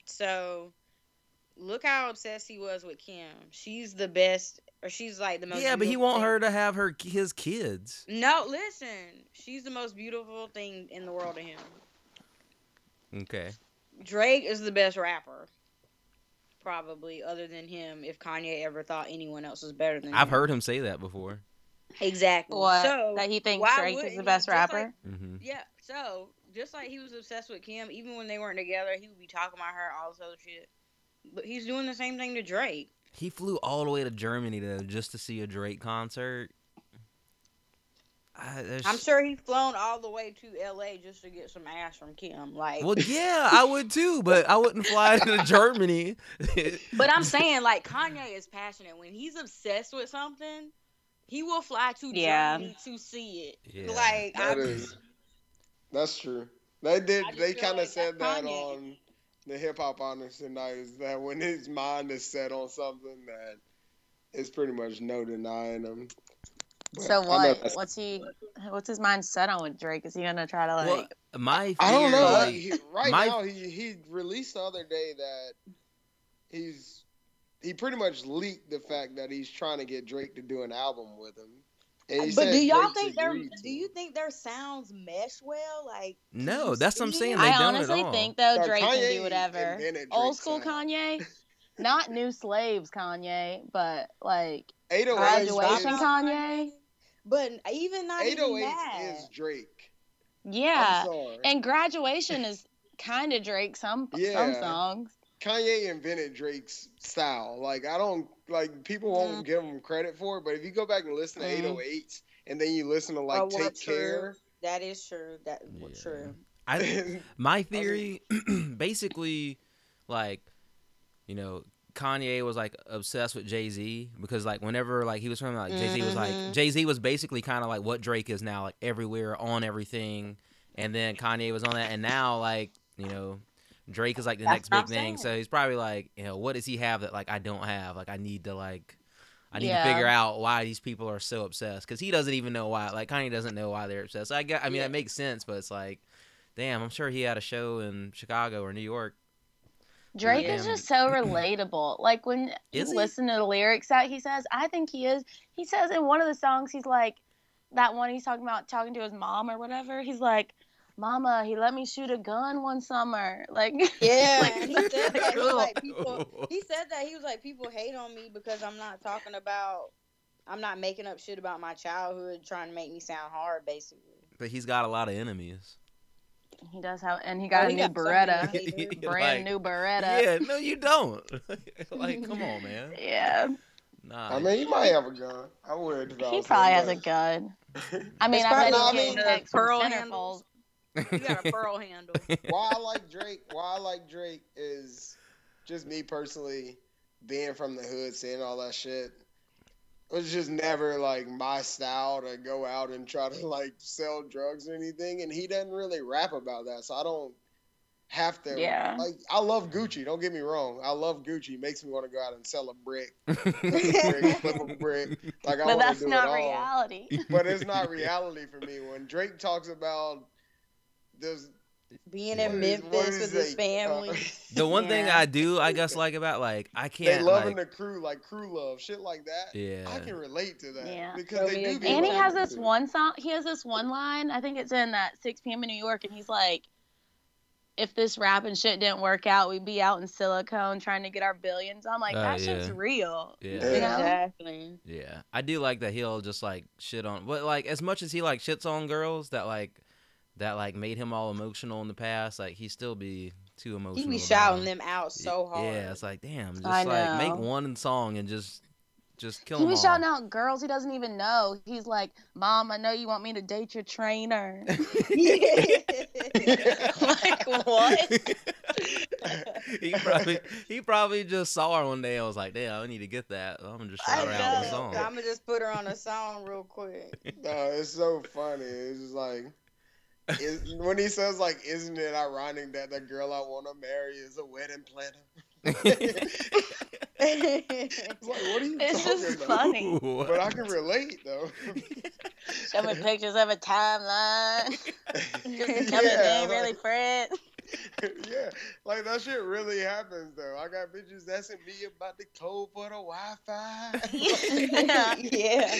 S4: So, look how obsessed he was with Kim. She's the best, or she's like the most.
S6: Yeah, but he
S4: beautiful
S6: want
S4: thing-
S6: her to have her his kids.
S4: No, listen. She's the most beautiful thing in the world to him.
S6: Okay.
S4: Drake is the best rapper, probably, other than him. If Kanye ever thought anyone else was better than
S6: I've
S4: him.
S6: heard him say that before.
S4: exactly
S2: What?
S4: So,
S2: that he thinks
S4: why
S2: Drake
S4: wouldn't
S2: is
S4: he?
S2: the best
S4: Just like-
S2: rapper.
S6: hmm
S4: Yeah, so just like he was obsessed with Kim, even when they weren't together, he would be talking about her, all this other shit. But he's doing the same thing to Drake.
S6: He flew all the way to Germany though just to see a Drake concert. I, there's-
S4: I'm sure he's flown all the way to LA just to get some ass from Kim. Like,
S6: Well, yeah, I would too, but I wouldn't fly to Germany.
S4: but I'm saying like Kanye is passionate. When he's obsessed with something, he will fly to
S2: Yeah.
S4: Germany to see it.
S6: Yeah.
S4: Like, I,
S3: That is. That's true. They did.
S4: I just
S3: They
S4: feel
S3: kind of
S4: like
S3: said that
S4: that Kanye-
S3: on the hip hop honors tonight. Is that when his mind is set on something that it's pretty much no denying him. But
S2: So
S3: I know
S2: what?
S3: that's-
S2: What's he? What's his mind set on with Drake? Is he gonna try to like?
S6: Well, my theory,
S3: I don't know. I- he- right
S6: my-
S3: now, he he released the other day that he's he pretty much leaked the fact that he's trying to get Drake to do an album with him. And he
S4: but
S3: said
S4: do y'all
S3: Drake's
S4: think their
S3: agreed to.
S4: do you think their sounds mesh well? Like,
S6: no, that's what I'm saying. They
S2: I
S6: don't
S2: honestly
S6: at all.
S2: think though
S3: No,
S2: Drake can
S3: Kanye
S2: do whatever.
S3: invented
S2: Old
S3: Drake's
S2: school
S3: sound.
S2: Kanye, not new slaves Kanye, but like
S3: 808s is-
S2: graduation Kanye.
S4: but even not even
S3: 808
S4: that.
S3: is Drake.
S2: Yeah,
S3: I'm sorry.
S2: and graduation is kind of Drake some some
S3: Yeah.
S2: songs.
S3: Kanye invented Drake's style. Like I don't like people won't give him credit for it, but if you go back and listen to
S2: Mhm.
S3: 808s, and then you listen to
S4: Mm-hmm. Oh,
S3: like
S4: well,
S3: Take
S4: true.
S3: Care.
S4: That is true. That well,
S1: Yeah.
S4: true.
S1: I my theory
S3: Okay.
S1: basically like you know kanye was like obsessed with jay-z because like whenever like he was from like jay-z was like
S2: Mm-hmm.
S4: Mhm.
S1: jay-z was basically kind of like what drake is now like everywhere on everything and then kanye was on that and now like you know drake is like the
S2: That's
S1: next big
S2: what I'm
S1: thing
S2: saying.
S1: so he's probably like you know what does he have that like i don't have like i need to like I need
S2: Yeah.
S1: to figure out why these people are so obsessed because he doesn't even know why. Like Kanye doesn't know why they're obsessed. I got, I mean,
S4: Yeah.
S1: that makes sense, but it's like, damn, I'm sure he had a show in Chicago or New York.
S2: Drake is
S1: Yeah.
S2: just so relatable. Like when you
S1: Is he?
S2: listen to the lyrics that he says, I think he is. He says in one of the songs, he's like, that one he's talking about talking to his mom or whatever. He's like, "Mama, he let me shoot a gun one summer." Like,
S4: Yeah, he said that. He was like, people,
S1: Cool.
S4: he said that he was like, people hate on me because I'm not talking about, I'm not making up shit about my childhood, trying to make me sound hard, basically.
S1: But he's got a lot of enemies.
S2: he does have, and he got
S4: Oh,
S2: a
S4: he
S2: new
S4: got so many
S2: Beretta,
S4: haters.
S1: He- he- like,
S2: brand new Beretta.
S1: Yeah, no, you don't. like, come on, man.
S2: yeah.
S1: Nah.
S3: I mean, he might have a gun. I would. if I
S2: He
S3: was
S2: probably has
S3: him,
S2: a
S3: but-
S2: gun. I mean,
S3: It's
S2: I bet
S3: probably-
S2: he's
S3: I mean,
S2: getting texts from
S8: pearl
S2: centerfolds.
S8: handles. You got a pearl handle.
S3: why I like Drake, why I like Drake is just me personally being from the hood, seeing all that shit. It was just never like my style to go out and try to like sell drugs or anything, and he doesn't really rap about that, so I don't have to.
S2: Yeah.
S3: Like I love Gucci. Don't get me wrong. I love Gucci. Makes me want to go out and sell a brick, brick flip a brick. Like I
S2: But
S3: want to
S2: that's
S3: do it
S2: not
S3: all
S2: reality.
S3: but it's not reality for me when Drake talks about this.
S4: Being
S1: Yeah.
S4: in
S3: What is-
S4: Memphis
S3: what is
S4: with his
S3: they, uh,
S4: family.
S1: The one thing
S2: Yeah.
S1: I do, I guess, like about like I
S3: they
S1: can't
S3: loving
S1: like,
S3: the crew like crew love shit like that.
S1: yeah.
S3: I can relate to that
S2: Yeah.
S4: Throw
S3: because they
S4: me
S3: do.
S4: a
S3: be
S4: game.
S2: And he
S3: loving
S2: has
S3: the
S2: this
S3: crew.
S2: one song. He has this one line. I think it's in that 6 p.m. in New York, and he's like, "If this rap and shit didn't work out, we'd be out in silicone trying to get our billions. I'm like,
S1: Oh,
S2: "That
S1: yeah.
S2: shit's real."
S1: yeah.
S3: Yeah.
S4: Exactly.
S1: Yeah, I do like that he'll just like shit on, but like as much as he like shits on girls that like that like made him all emotional in the past, like he still be too emotional.
S4: He be
S1: about
S4: shouting
S1: it.
S4: them out
S1: Y-
S4: so hard.
S1: Yeah, it's like damn, just
S2: I
S1: like make
S2: know.
S1: one song and just just kill
S2: He
S1: him.
S2: was shouting out girls he doesn't even know. He's like, "Mom, I know you want me to date your trainer." like what?
S1: he probably he probably just saw her one day and was like, damn, I need to get that. I'm gonna just shout her out with a song.
S4: I'm gonna just put her on a song real quick.
S3: No, it's so funny. It's just like. Is, when he says like, "Isn't it ironic that the girl I want to marry is a wedding planner?" it's like, what are you
S2: It's
S3: talking
S2: just
S3: about?
S2: funny.
S3: But I can relate though.
S2: Showing pictures of a timeline. Just tell me they
S3: Yeah,
S2: ain't really
S3: like-
S2: friends.
S3: yeah, like that shit really happens though. I got bitches asking me about the code for the Wi-Fi.
S2: Yeah.
S4: yeah.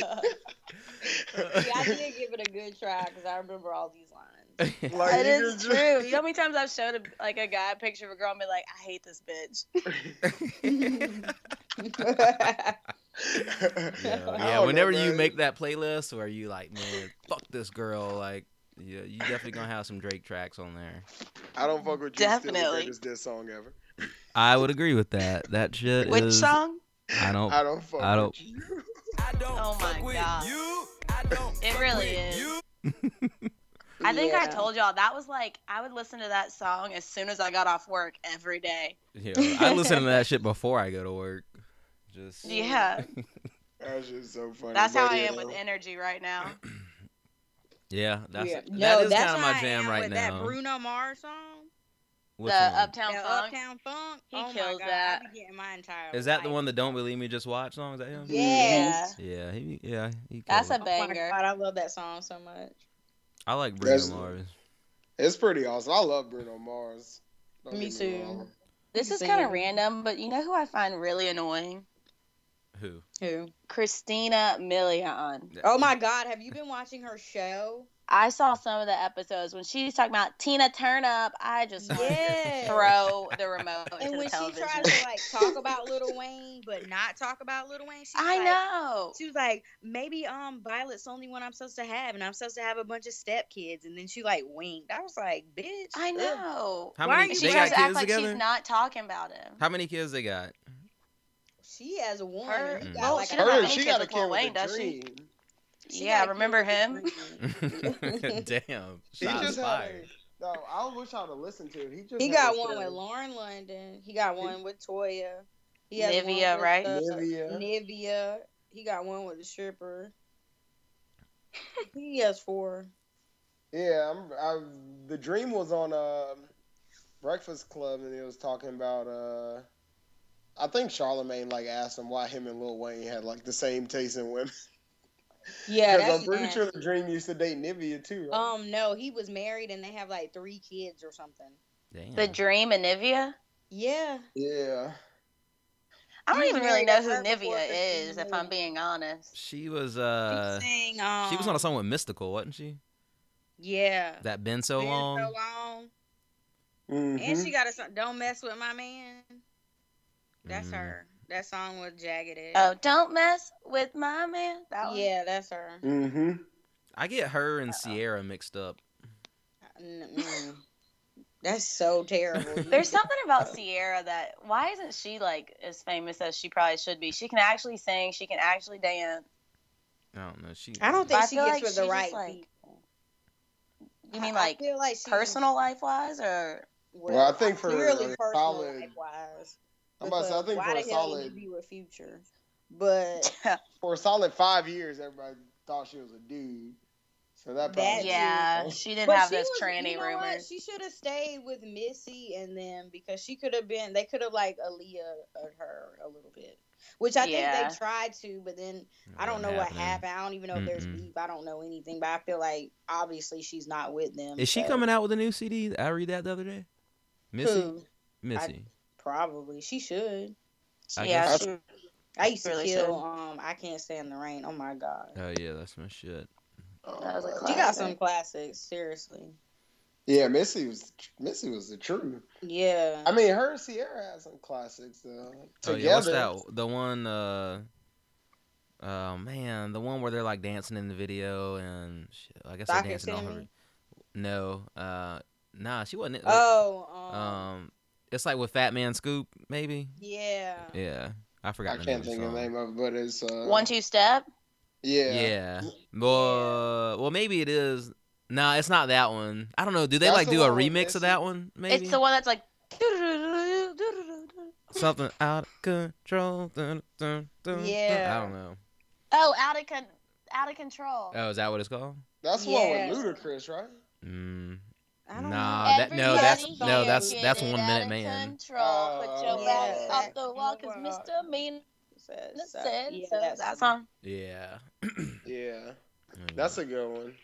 S4: Yeah, I did give it a good try because I remember all these lines.
S3: Like,
S2: it
S3: you
S2: is
S3: just-
S2: true. You know how many times I've showed a, like a guy a picture of a girl and be like, I hate this bitch.
S1: Yeah,
S3: I
S1: yeah,
S3: don't
S1: whenever
S3: know,
S1: you
S3: man.
S1: make that playlist where you like, man, fuck this girl, like, yeah, you definitely gonna have some Drake tracks on there.
S3: I don't fuck with you. Definitely, still the
S2: Definitely.
S3: greatest diss song ever.
S1: I would agree with that. That shit
S8: Which song?
S1: I don't.
S3: I don't fuck
S1: I don't-
S3: with you.
S2: Oh my god. It really is. I think I
S4: Yeah.
S2: told y'all that was like I would listen to that song as soon as I got off work every day.
S1: yeah, I listen to that shit before I go to work. Just
S4: Mm.
S2: Yeah.
S3: That shit's so funny.
S2: That's how
S3: but,
S2: I
S3: you
S2: am
S3: know.
S2: with energy right now.
S1: yeah, that's
S4: Yeah.
S1: that is
S4: that's
S1: kind of
S4: how
S1: my
S4: I
S1: jam
S4: am
S1: right
S4: with
S1: now.
S4: That Bruno Mars song,
S1: Which
S2: the
S1: one?
S2: Uptown
S4: that
S2: Funk.
S4: Uptown Funk.
S2: He
S4: oh my
S2: kills
S4: God,
S2: that.
S4: I be getting my entire.
S1: is that the
S4: life.
S1: one that "Don't Believe Me, Just Watch" song? Is that him?
S4: Yeah.
S1: Yeah, he, yeah, he
S2: That's
S1: killed
S2: a
S1: it.
S4: Oh my
S2: banger.
S4: God, I love that song so much.
S1: I like Bruno
S3: That's-
S1: Mars.
S3: It's pretty awesome. I love Bruno Mars. Don't
S4: Me
S3: get
S4: too.
S3: wrong.
S2: This is
S4: Same.
S2: kind of random, but you know who I find really annoying?
S1: Who?
S4: Who?
S2: Christina Milian.
S4: Oh my God, have you been watching her show?
S2: I saw some of the episodes when she's talking about Tina Turn Up. I just wanted to
S4: Yeah.
S2: throw the remote into
S4: And when
S2: the
S4: she
S2: television.
S4: tried to like talk about Little Wayne, but not talk about Little Wayne, she's
S2: I
S4: like,
S2: know.
S4: She was like, maybe um Violet's the only one I'm supposed to have, and I'm supposed to have a bunch of stepkids. And then she like winked. I was like, bitch.
S2: I
S4: ugh.
S2: know.
S1: How
S4: Why
S1: many?
S4: are you
S2: She
S1: They
S2: tries
S1: got
S2: to act
S1: kids
S2: like
S1: together.
S2: she's not talking about him.
S1: How many kids they got?
S4: She has one.
S2: Her-
S4: and he got,
S2: well,
S4: like,
S2: she
S4: a
S2: doesn't Oh, have
S3: Mm. Her,
S2: any
S4: house.
S3: she
S2: kids
S3: got a
S2: with Lil
S3: kid
S2: Wayne,
S3: with a
S2: does she?
S3: dream.
S4: She
S2: Yeah,
S4: got a
S2: remember
S4: good
S1: Damn.
S3: He
S1: shots
S3: just
S1: fired.
S3: had. a- No, I wish I'd have listened to it. He just
S4: He
S3: had
S4: got
S3: a
S4: one with
S3: thing.
S4: Lauren London. He got one with Toya. He has one
S2: Nivea,
S4: with,
S2: right?
S4: uh,
S3: Nivea.
S4: Nivea. He got one with the stripper. he has four.
S3: Yeah, I'm, I, the dream was on uh, Breakfast Club, and it was talking about. Uh, I think Charlemagne like asked him why him and Lil Wayne had like the same taste in women.
S4: Yeah,
S3: Because
S4: that's
S3: I'm pretty sure
S4: nasty.
S3: the Dream used to date Nivea too. Right?
S4: Um, no, he was married and they have like three kids or something.
S1: Damn.
S2: The Dream and Nivea.
S4: Yeah.
S3: yeah,
S2: I don't
S4: You
S2: even
S4: married
S2: really know who
S4: her before
S2: Nivea
S4: Christina
S2: is, if
S4: Milian.
S2: I'm being honest.
S1: she was uh
S4: she sang, um,
S1: she was on a song with Mystical, wasn't she?
S4: Yeah.
S1: That been so
S4: Been
S1: long.
S4: So long. And
S3: Mhm.
S4: she got a song, Don't Mess With My Man. That's
S1: Mm.
S4: her. That song with Jagged Edge.
S2: Oh, don't mess with my man. That one.
S4: yeah, that's her.
S3: Mhm.
S1: Mm. I get her and Sierra mixed up.
S4: Mm, mm. That's so terrible.
S2: There's something about Sierra that why isn't she like as famous as she probably should be? She can actually sing, she can actually dance.
S1: I don't know. She.
S4: I don't
S2: But
S4: think
S2: I
S4: she
S2: feel
S4: gets
S2: like
S4: with the
S2: she's
S4: right
S2: just, like,
S4: people. I-
S2: You mean
S4: I
S2: like
S4: feel like she's
S2: personal life wise or
S4: Well,
S3: I think for
S4: clearly
S3: a
S4: personal
S3: solid-
S4: life-wise,
S3: I'm about to say, I
S4: because
S3: think
S4: why
S3: for a
S4: the hell would you
S3: solid
S4: be with Future, but
S3: for a solid five years, everybody thought she was a dude. So that probably
S4: That-
S2: yeah,
S3: dude.
S2: she didn't
S4: but
S2: have
S4: she
S2: those
S4: was-
S2: tranny
S4: you know what?
S2: rumors.
S4: She should have stayed with Missy and them because she could have been. They could have like Aaliyah of her a little bit, which I
S2: Yeah.
S4: think they tried to, but then I don't know
S1: Wasn't
S4: what
S1: happening.
S4: happened. I don't even know if there's
S1: Mm-mm.
S4: beef. I don't know anything, but I feel like obviously she's not with them.
S1: Is she
S4: so-
S1: coming out with a new CD? I read that the other day. Missy.
S4: Who?
S1: Missy.
S4: Probably she should.
S1: I
S2: yeah,
S1: guess-
S2: she,
S4: I used to
S2: Really
S4: kill.
S2: should.
S4: Um, I can't stand the rain. Oh my god.
S1: Oh yeah, that's my shit.
S2: that was a
S1: Uh,
S4: She got some
S2: classic.
S4: classics, seriously.
S3: Yeah, Missy was Missy was the truth.
S4: Yeah.
S3: I mean, her and Sierra had some classics though.
S1: Oh
S3: Together,
S1: yeah, what's that? The one. uh Oh man, the one where they're like dancing in the video and shit. I guess they're
S4: Sock and
S1: dancing on her.
S4: Sammy?
S1: No, uh, nah, she wasn't. in-
S4: Oh, um,
S1: Um, it's like with Fat Man Scoop, maybe.
S4: yeah.
S1: Yeah, I
S3: I
S1: forgot. the
S3: can't
S1: name
S3: think
S1: of
S3: of
S1: the
S3: the
S1: song.
S3: name of it, but it's uh,
S2: One two step.
S3: Yeah,
S1: Yeah. Well, well, maybe it is. Nah, it's not that one. I don't know. Do they
S3: That's
S1: like
S3: the
S1: do a
S3: one with
S1: remix of
S3: Missy.
S1: that one? Maybe
S2: It's the one that's like
S1: something out of control. Dun, dun, dun, dun.
S4: Yeah.
S1: I don't know.
S2: Oh, out of con- out of control.
S1: Oh, is that what it's called?
S3: that's the
S4: Yes.
S3: one with Ludacris, right?
S1: Mm.
S4: I don't
S1: Nah,
S4: know.
S1: Oh, that- no, that's-
S2: Everybody
S1: no,
S2: can
S1: that's-
S2: get
S1: that's
S2: it
S1: One
S2: out
S1: Minute
S2: of
S1: Man.
S2: Control. Put your
S3: Oh,
S2: back
S3: yeah.
S2: off the wall, cause
S4: Yeah.
S2: Mr. Mean
S4: Says,
S2: said
S4: yeah,
S2: so.
S4: that
S2: That
S4: song.
S2: song.
S1: Yeah.
S3: Yeah, that's
S1: Mm.
S3: a good one.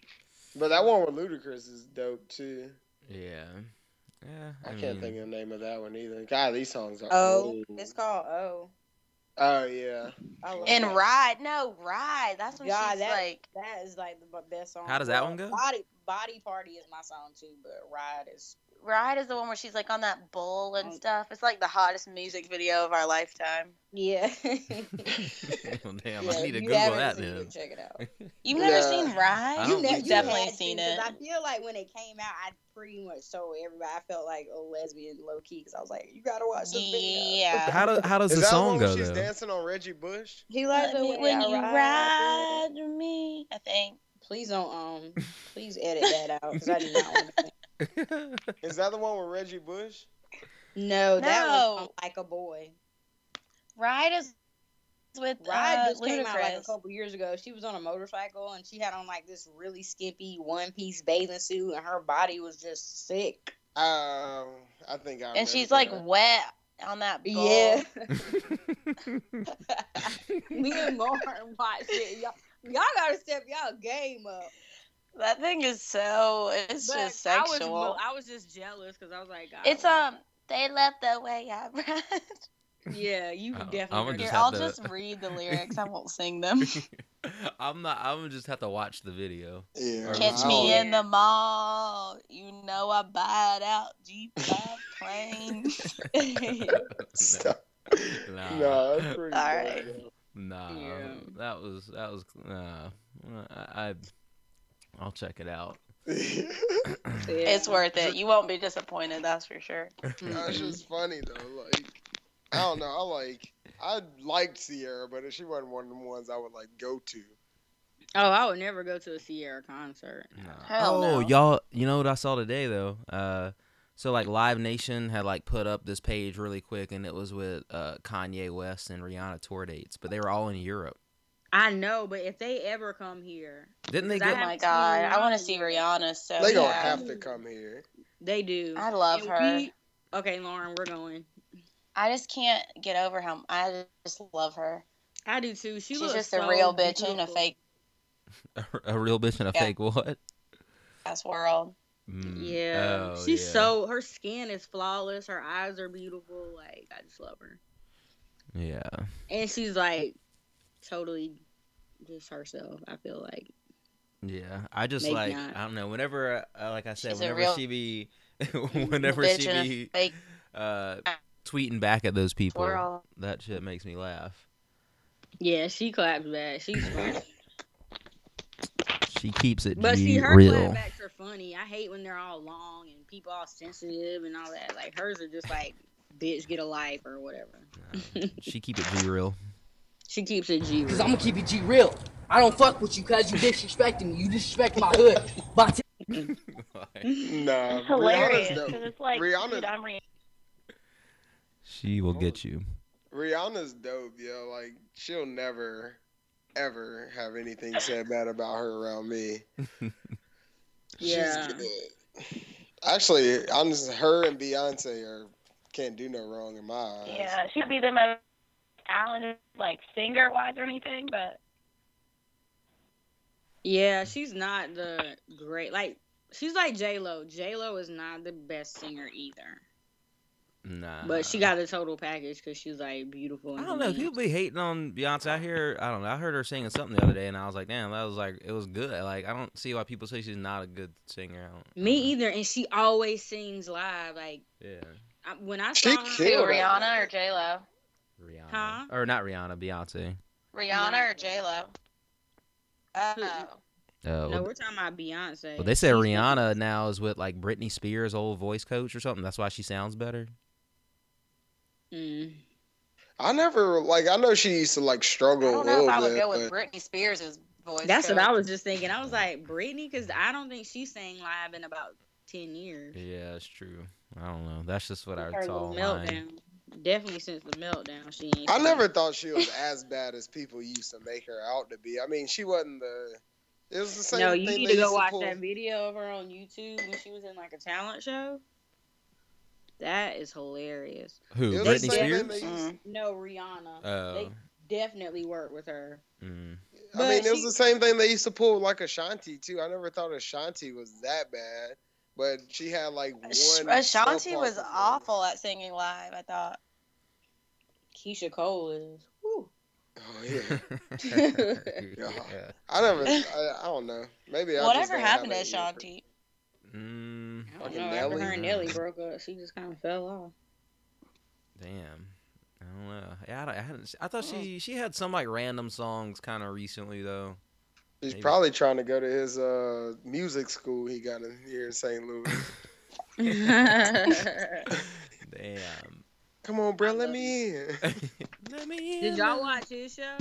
S3: But that one with Ludacris is dope too.
S1: yeah. Yeah.
S3: I, can't think
S1: mean,
S3: of the name of that one either. God, these songs are
S4: Oh,
S3: old.
S4: it's called Oh.
S3: Oh yeah,
S4: I love
S2: And
S4: that.
S2: ride, no ride. That's when
S4: God,
S2: she's
S4: that-
S2: like,
S4: That is like the b- best song.
S1: How does that
S4: Well,
S1: one go?
S4: Body Body Party is my song too, but Ride is.
S2: ride is the one where she's like on that bull and
S4: Mm.
S2: stuff. It's like the hottest music video of our lifetime.
S4: Yeah.
S1: well, damn, I
S4: Yeah,
S1: need to
S4: if you
S1: Google
S4: haven't
S1: that
S4: seen it,
S1: then.
S4: check it out.
S2: You've never
S3: Yeah.
S2: seen
S1: I
S2: ride?
S1: don't
S4: You
S1: think
S4: ne-
S2: You've
S4: you
S1: so.
S2: definitely
S4: had to,
S2: seen
S4: 'cause
S2: it.
S4: I feel like when it came out, I pretty much told everybody. I felt like a lesbian, low key, because I was like, "You gotta watch this video."
S2: Yeah.
S1: How, do, how does
S3: is
S1: the
S3: that
S1: song
S3: one where
S1: go
S3: she's
S1: though?
S3: dancing on Reggie Bush?
S4: He likes
S2: Let
S4: the
S2: me-
S4: way
S2: when
S4: I
S2: you
S4: ride.
S2: ride me, I think.
S4: Please don't um. Please edit that out because I do not. Want to
S3: Is that the one with Reggie Bush?
S4: no, that was
S2: No.
S4: from like a boy.
S2: Ride is with
S4: Ride
S2: uh,
S4: just came out like a
S2: Ludacris.
S4: couple years ago. She was on a motorcycle and she had on like this really skimpy one piece bathing suit and her body was just sick.
S3: Um, I think I.
S2: and she's like
S3: remember that.
S2: wet on that goal.
S4: Yeah. Me and Lauren watched it. Y'all, y'all gotta step y'all game up.
S2: That thing is so it's
S9: But
S2: just
S9: I was,
S2: sexual.
S9: mo- I was just jealous because I was like, God,
S2: it's um they left the way I ride.
S9: yeah, you
S1: Uh,
S9: definitely.
S1: I'ma
S9: heard
S1: just
S2: Here,
S9: it.
S1: have
S2: I'll
S1: to-
S2: just read the lyrics. I won't sing them.
S1: I'm not. I'm gonna just have to watch the video.
S3: Yeah.
S2: Catch
S3: I
S2: me
S3: don't-
S2: in the mall. You know I buy it out. G5 plane.
S3: Stop.
S1: Nah.
S3: Nah, that's pretty
S2: All
S3: good,
S2: right.
S3: though.
S1: Nah,
S9: Yeah.
S1: that was that was nah. I, I I'll check it out.
S4: Yeah.
S2: It's worth it. You won't be disappointed, that's for sure. Oh
S4: Mhm.
S3: That's just funny though. Like, I don't know. I like, I liked Sierra, but she wasn't one of the ones I would like go to.
S4: Oh, I would never go to a Sierra concert.
S1: No.
S2: Hell
S1: oh,
S2: no.
S1: y'all, you know what I saw today though? Uh, so like Live Nation had like put up this page really quick, and it was with uh, Kanye West and Rihanna tour dates, but they were all in Europe.
S4: I know, but if they ever come here,
S1: Didn't they
S4: Because I
S2: Oh
S1: get?
S4: haven't seen
S2: my god, I want
S4: Rihanna
S2: to see
S4: yet.
S2: Rihanna so
S3: They gonna
S2: bad.
S3: have to come here.
S4: they do.
S2: I love
S4: And
S2: her.
S4: we- okay, Lauren, we're going.
S2: I just can't get over how I just love her.
S4: I do too. She
S2: She's
S4: looks
S2: just
S4: so
S2: a real bitch in a
S4: beautiful.
S2: fake
S1: a real bitch and a
S2: Yeah.
S1: fake what?
S2: ass world.
S1: Mm,
S4: Yeah,
S1: oh,
S4: she's
S1: yeah.
S4: so her skin is flawless. Her eyes are beautiful. Like I just love her,
S1: Yeah,
S4: and she's like totally just herself. I feel like
S1: yeah. I just
S4: Maybe
S1: like
S4: not.
S1: I don't know. Whenever, uh, like I said,
S2: She's a
S1: whenever
S2: real
S1: she be, whenever
S2: bitch
S1: she
S2: in a
S1: be
S2: fake
S1: uh, tweeting back at those people,
S2: world.
S1: that shit makes me laugh.
S4: yeah, she claps back. She's funny.
S1: She keeps it
S4: but see,
S1: G
S4: her
S1: real.
S4: clapbacks are funny. I hate when they're all long and people all sensitive and all that. Like hers are just like bitch get a life or whatever.
S1: Um, she keep it G real.
S4: She keeps it G.
S10: Cause I'm gonna keep it G real. I don't fuck with you cause you disrespecting me. You disrespect my hood. By t-
S3: Nah,
S2: It's hilarious
S3: Rihanna's
S2: because
S3: dope.
S2: it's like,
S3: Rihanna-
S2: dude, I'm Rihanna.
S1: She will
S3: get
S1: get you.
S3: Rihanna's dope, yo. Like she'll never, ever have anything said bad about her around me. She's
S4: Yeah.
S3: good. Actually, honestly, her and Beyonce are can't do no wrong in my eyes.
S2: Yeah, she'd be the most talented, like singer wise or anything, but
S4: Yeah, she's not the great. Like she's like J Lo. J Lo is not the best singer either.
S1: Nah.
S4: But she got the total package because she's like beautiful.
S1: I
S4: And
S1: don't know.
S4: unique.
S1: People be hating on Beyonce. I hear. I don't know. I heard her singing something the other day, and I was like, damn, that was like it was good. Like I don't see why people say she's not a good singer. I don't,
S4: Me either, and she always sings live. Like
S1: Yeah.
S4: I, when I
S3: She
S4: saw her,
S3: killed-
S2: who,
S3: Ew.
S2: Rihanna or J Lo?
S1: Rihanna.
S4: Huh?
S1: Or not Rihanna. Beyonce.
S2: Rihanna or J Lo? Oh,
S1: Uh, well,
S4: no, we're talking about Beyonce.
S1: well, they said
S4: She's-
S1: Rihanna now is with like Britney Spears' old voice coach or something. That's why she sounds better.
S4: Mm.
S3: I never like. I know she used to like struggle
S2: I don't
S3: a
S2: know
S3: little
S2: if I would
S3: bit,
S2: go with
S3: but
S2: Britney Spears' voice.
S4: That's what
S2: coach.
S4: I was just thinking. I was like Britney, because I don't think she sang live in about ten years.
S1: Yeah, it's true. I don't know. That's just what I
S4: Her
S1: saw.
S4: little
S1: online.
S4: meltdown. Definitely since the meltdown, she. Ain't
S3: I
S4: sang.
S3: never thought she was as bad as people used to make her out to be. I mean, she wasn't the. It was the same.
S4: No, you
S3: thing
S4: need
S3: they
S4: to go
S3: used
S4: watch
S3: pull-
S4: that video of her on YouTube when she was in like a talent show. That is hilarious.
S1: Who?
S3: It was
S4: They
S1: Britney
S3: the same
S1: Spears.
S3: thing they
S2: Mm-hmm.
S3: used-
S2: Mm.
S4: No, Rihanna.
S3: Uh,
S1: Oh.
S4: They definitely work with her.
S1: Mm.
S3: I
S4: But
S3: mean, it was
S4: she-
S3: the same thing they used to pull with, like Ashanti too. I never thought Ashanti was that bad, but she had like one.
S2: Sh- Ashanti
S3: subpar
S2: was
S3: performance.
S2: awful at singing live. I thought.
S4: Keisha Cole is. Whew.
S3: Oh, yeah.
S1: Yeah.
S3: I never. I, I don't know. Maybe I just
S2: Whatever
S3: don't
S2: happened to
S3: have any-
S2: Ashanti?
S1: Mm,
S4: I don't
S3: Fucking
S4: know. After
S3: Nelly.
S4: her and Nelly broke up, she just kind of fell off.
S1: damn. I don't know. Yeah, I, don't- I, hadn't, I thought she she had some like random songs kind of recently though.
S3: He's
S1: Maybe.
S3: probably trying to go to his uh music school he got in here in St. Louis.
S4: Did
S1: Damn.
S3: Come on, bro,
S4: I
S3: let
S4: love
S3: me in.
S1: Let me
S4: y'all watch his show?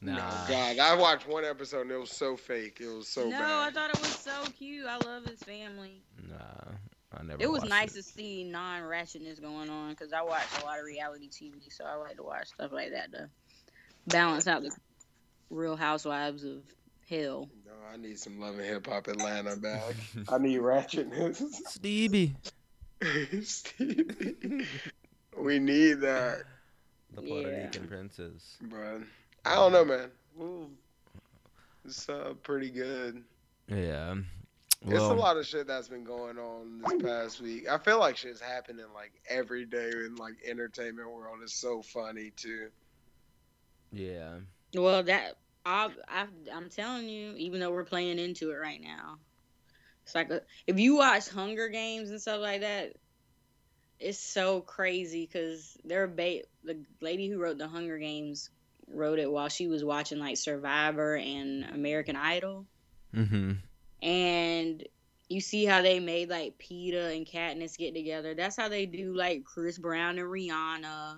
S1: Nah.
S3: No, Oh, God, I watched one episode and it was so fake. It was so
S4: no, I
S3: bad.
S4: thought it was so cute. I love his family.
S1: Nah. I never.
S4: It was
S1: watched
S4: nice to see non ratchetness going on because I watch a lot of reality TV, so I like to watch stuff like that to balance out the Real Housewives of Hell.
S3: no, I need some love and hip hop Atlanta back. I need ratchetness.
S1: Stevie.
S3: Stevie. we need that,
S1: The Puerto
S4: Yeah.
S1: Rican princess.
S3: bro. I don't know, man. Ooh. It's uh, pretty good.
S1: Yeah.
S3: it's a
S1: Well,
S3: lot of shit that's been going on this past week. I feel like shit's happening like every day in like entertainment world. It's so funny too.
S1: Yeah.
S4: Well, that I, I I'm telling you, even though we're playing into it right now, it's like a, if you watch Hunger Games and stuff like that, it's so crazy because they're ba- the lady who wrote the Hunger Games wrote it while she was watching like Survivor and American Idol.
S1: Mm-hmm.
S4: and you see how they made like PETA and Katniss get together. That's how they do like Chris Brown and Rihanna.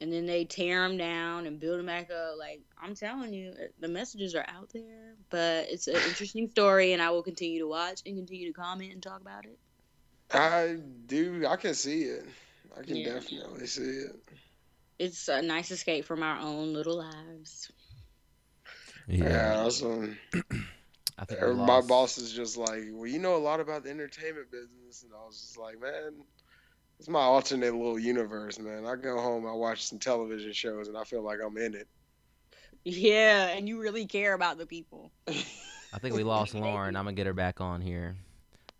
S4: and then they tear them down and build them back up. Like I'm telling you, uh, the messages are out there, but it's an interesting story, and I will continue to watch and continue to comment and talk about it.
S3: I do. I can see it. I can
S4: Yeah.
S3: definitely see it.
S4: It's a nice escape from our own little lives.
S3: Yeah. that's um, one.
S1: I think we
S3: My
S1: lost.
S3: boss is just like, well, you know a lot about the entertainment business, and I was just like, man, it's my alternate little universe, man. I go home, I watch some television shows, and I feel like I'm in it.
S4: Yeah, and you really care about the people.
S1: I think we lost Lauren. I'm gonna get her back on here,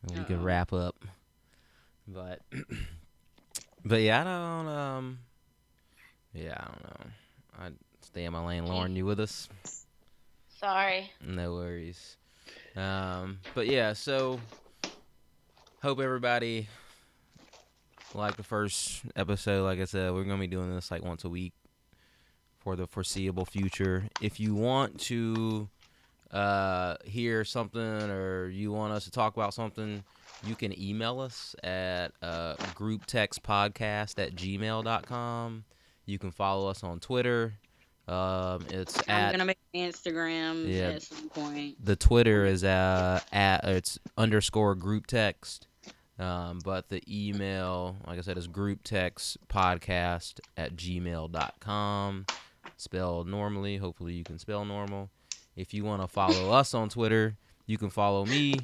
S1: and we can
S4: Uh-oh.
S1: wrap up. But, but yeah, I don't. Um, yeah, I don't know. I stay in my lane. Lauren, you with us?
S2: Sorry.
S1: No worries. Um, but yeah, so hope everybody liked the first episode. Like I said, we're gonna be doing this like once a week for the foreseeable future. If you want to uh, hear something or you want us to talk about something, you can email us at uh, grouptextpodcast at gmail.com. You can follow us on Twitter. Um, it's
S4: I'm
S1: at
S4: gonna make Instagram
S1: Yeah.
S4: at some point.
S1: the Twitter is uh, at uh, it's underscore group text, um, but the email, like I said, is group text podcast at gmail.com. Spelled normally. Hopefully, you can spell normal. If you want to follow us on Twitter, you can follow me,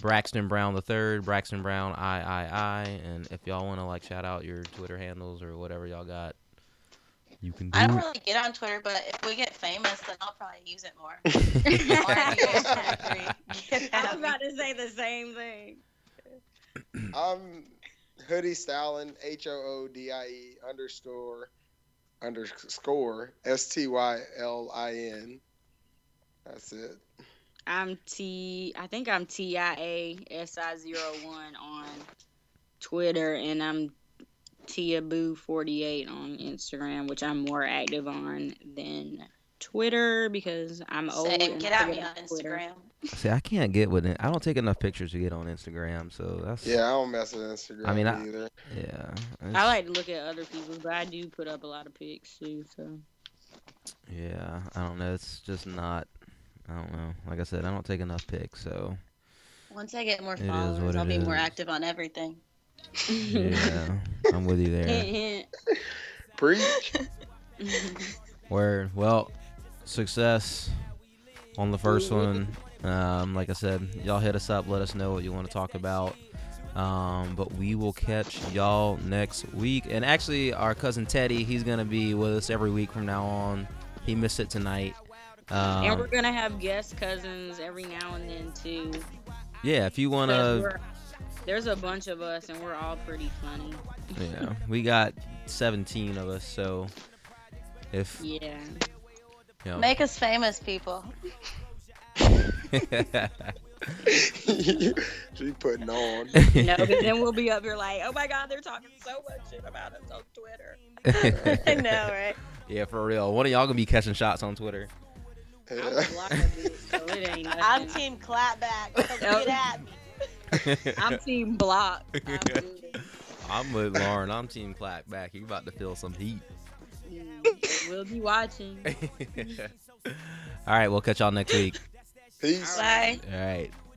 S1: Braxton Brown the third, Braxton Brown I I I. And if y'all want to like shout out your Twitter handles or whatever y'all got, you can do
S2: I don't
S1: it.
S2: really get on Twitter, but if we get famous, then I'll probably use it more. Lauren, you use Twitter free. Get
S4: I
S2: at
S4: was
S2: me.
S4: about to say the same thing.
S1: Hmm.
S3: I'm hoodie styling H O O D I E underscore underscore S T Y L I N. That's it.
S4: I'm T. I think I'm T I A S I zero one on Twitter, and I'm Tiaboo forty eight on Instagram, which I'm more active on than Twitter because I'm old. and
S2: Say,
S4: I
S2: get at
S4: forget
S2: me on
S4: about Twitter.
S2: Instagram.
S1: See, I can't get with it. I don't take enough pictures to get on Instagram, so that's
S3: Yeah, I don't mess with Instagram
S1: I mean, I-
S3: either.
S1: Yeah.
S4: I
S1: it's-
S4: like to look at other people, but I do put up a lot of pics too. So
S1: Yeah, I don't know. It's just not. I don't know. Like I said, I don't take enough pics, so
S2: Once I get more
S1: It is
S2: followers,
S1: what
S2: I'll
S1: it
S2: be more
S1: is.
S2: active on everything.
S1: yeah, I'm with you there.
S4: hint,
S3: Preach.
S4: hint.
S1: Word. Well, success on the first one. Um, like I said, y'all hit us up. Let us know what you want to talk about. Um, but we will catch y'all next week. And actually, our cousin Teddy, he's gonna be with us every week from now on. He missed it tonight.
S4: and
S1: Um,
S4: we're gonna have guest cousins every now and then too. 'cause
S1: yeah, if you wanna.
S4: we're- There's a bunch of us, and we're all pretty funny.
S1: Yeah, we got 17 of us, so if you
S4: Yeah.
S1: know,
S2: Make us famous, people.
S3: she putting on.
S4: No, because then we'll be up here like, oh my God, they're talking so much shit about us on Twitter. I know, right?
S1: yeah, for real. One of y'all gonna be catching shots on Twitter.
S3: Yeah.
S4: I'm blocking it, so it ain't nothing.
S2: I'm Team Clapback. so
S4: Nope.
S2: Get at me.
S4: I'm team block. I'm good.
S1: I'm with Lauren. I'm Team Clack back. You about to feel some heat.
S4: Mm, we'll be watching. Mm-hmm.
S1: All right, we'll catch y'all next week.
S3: Peace.
S4: Bye.
S1: All right.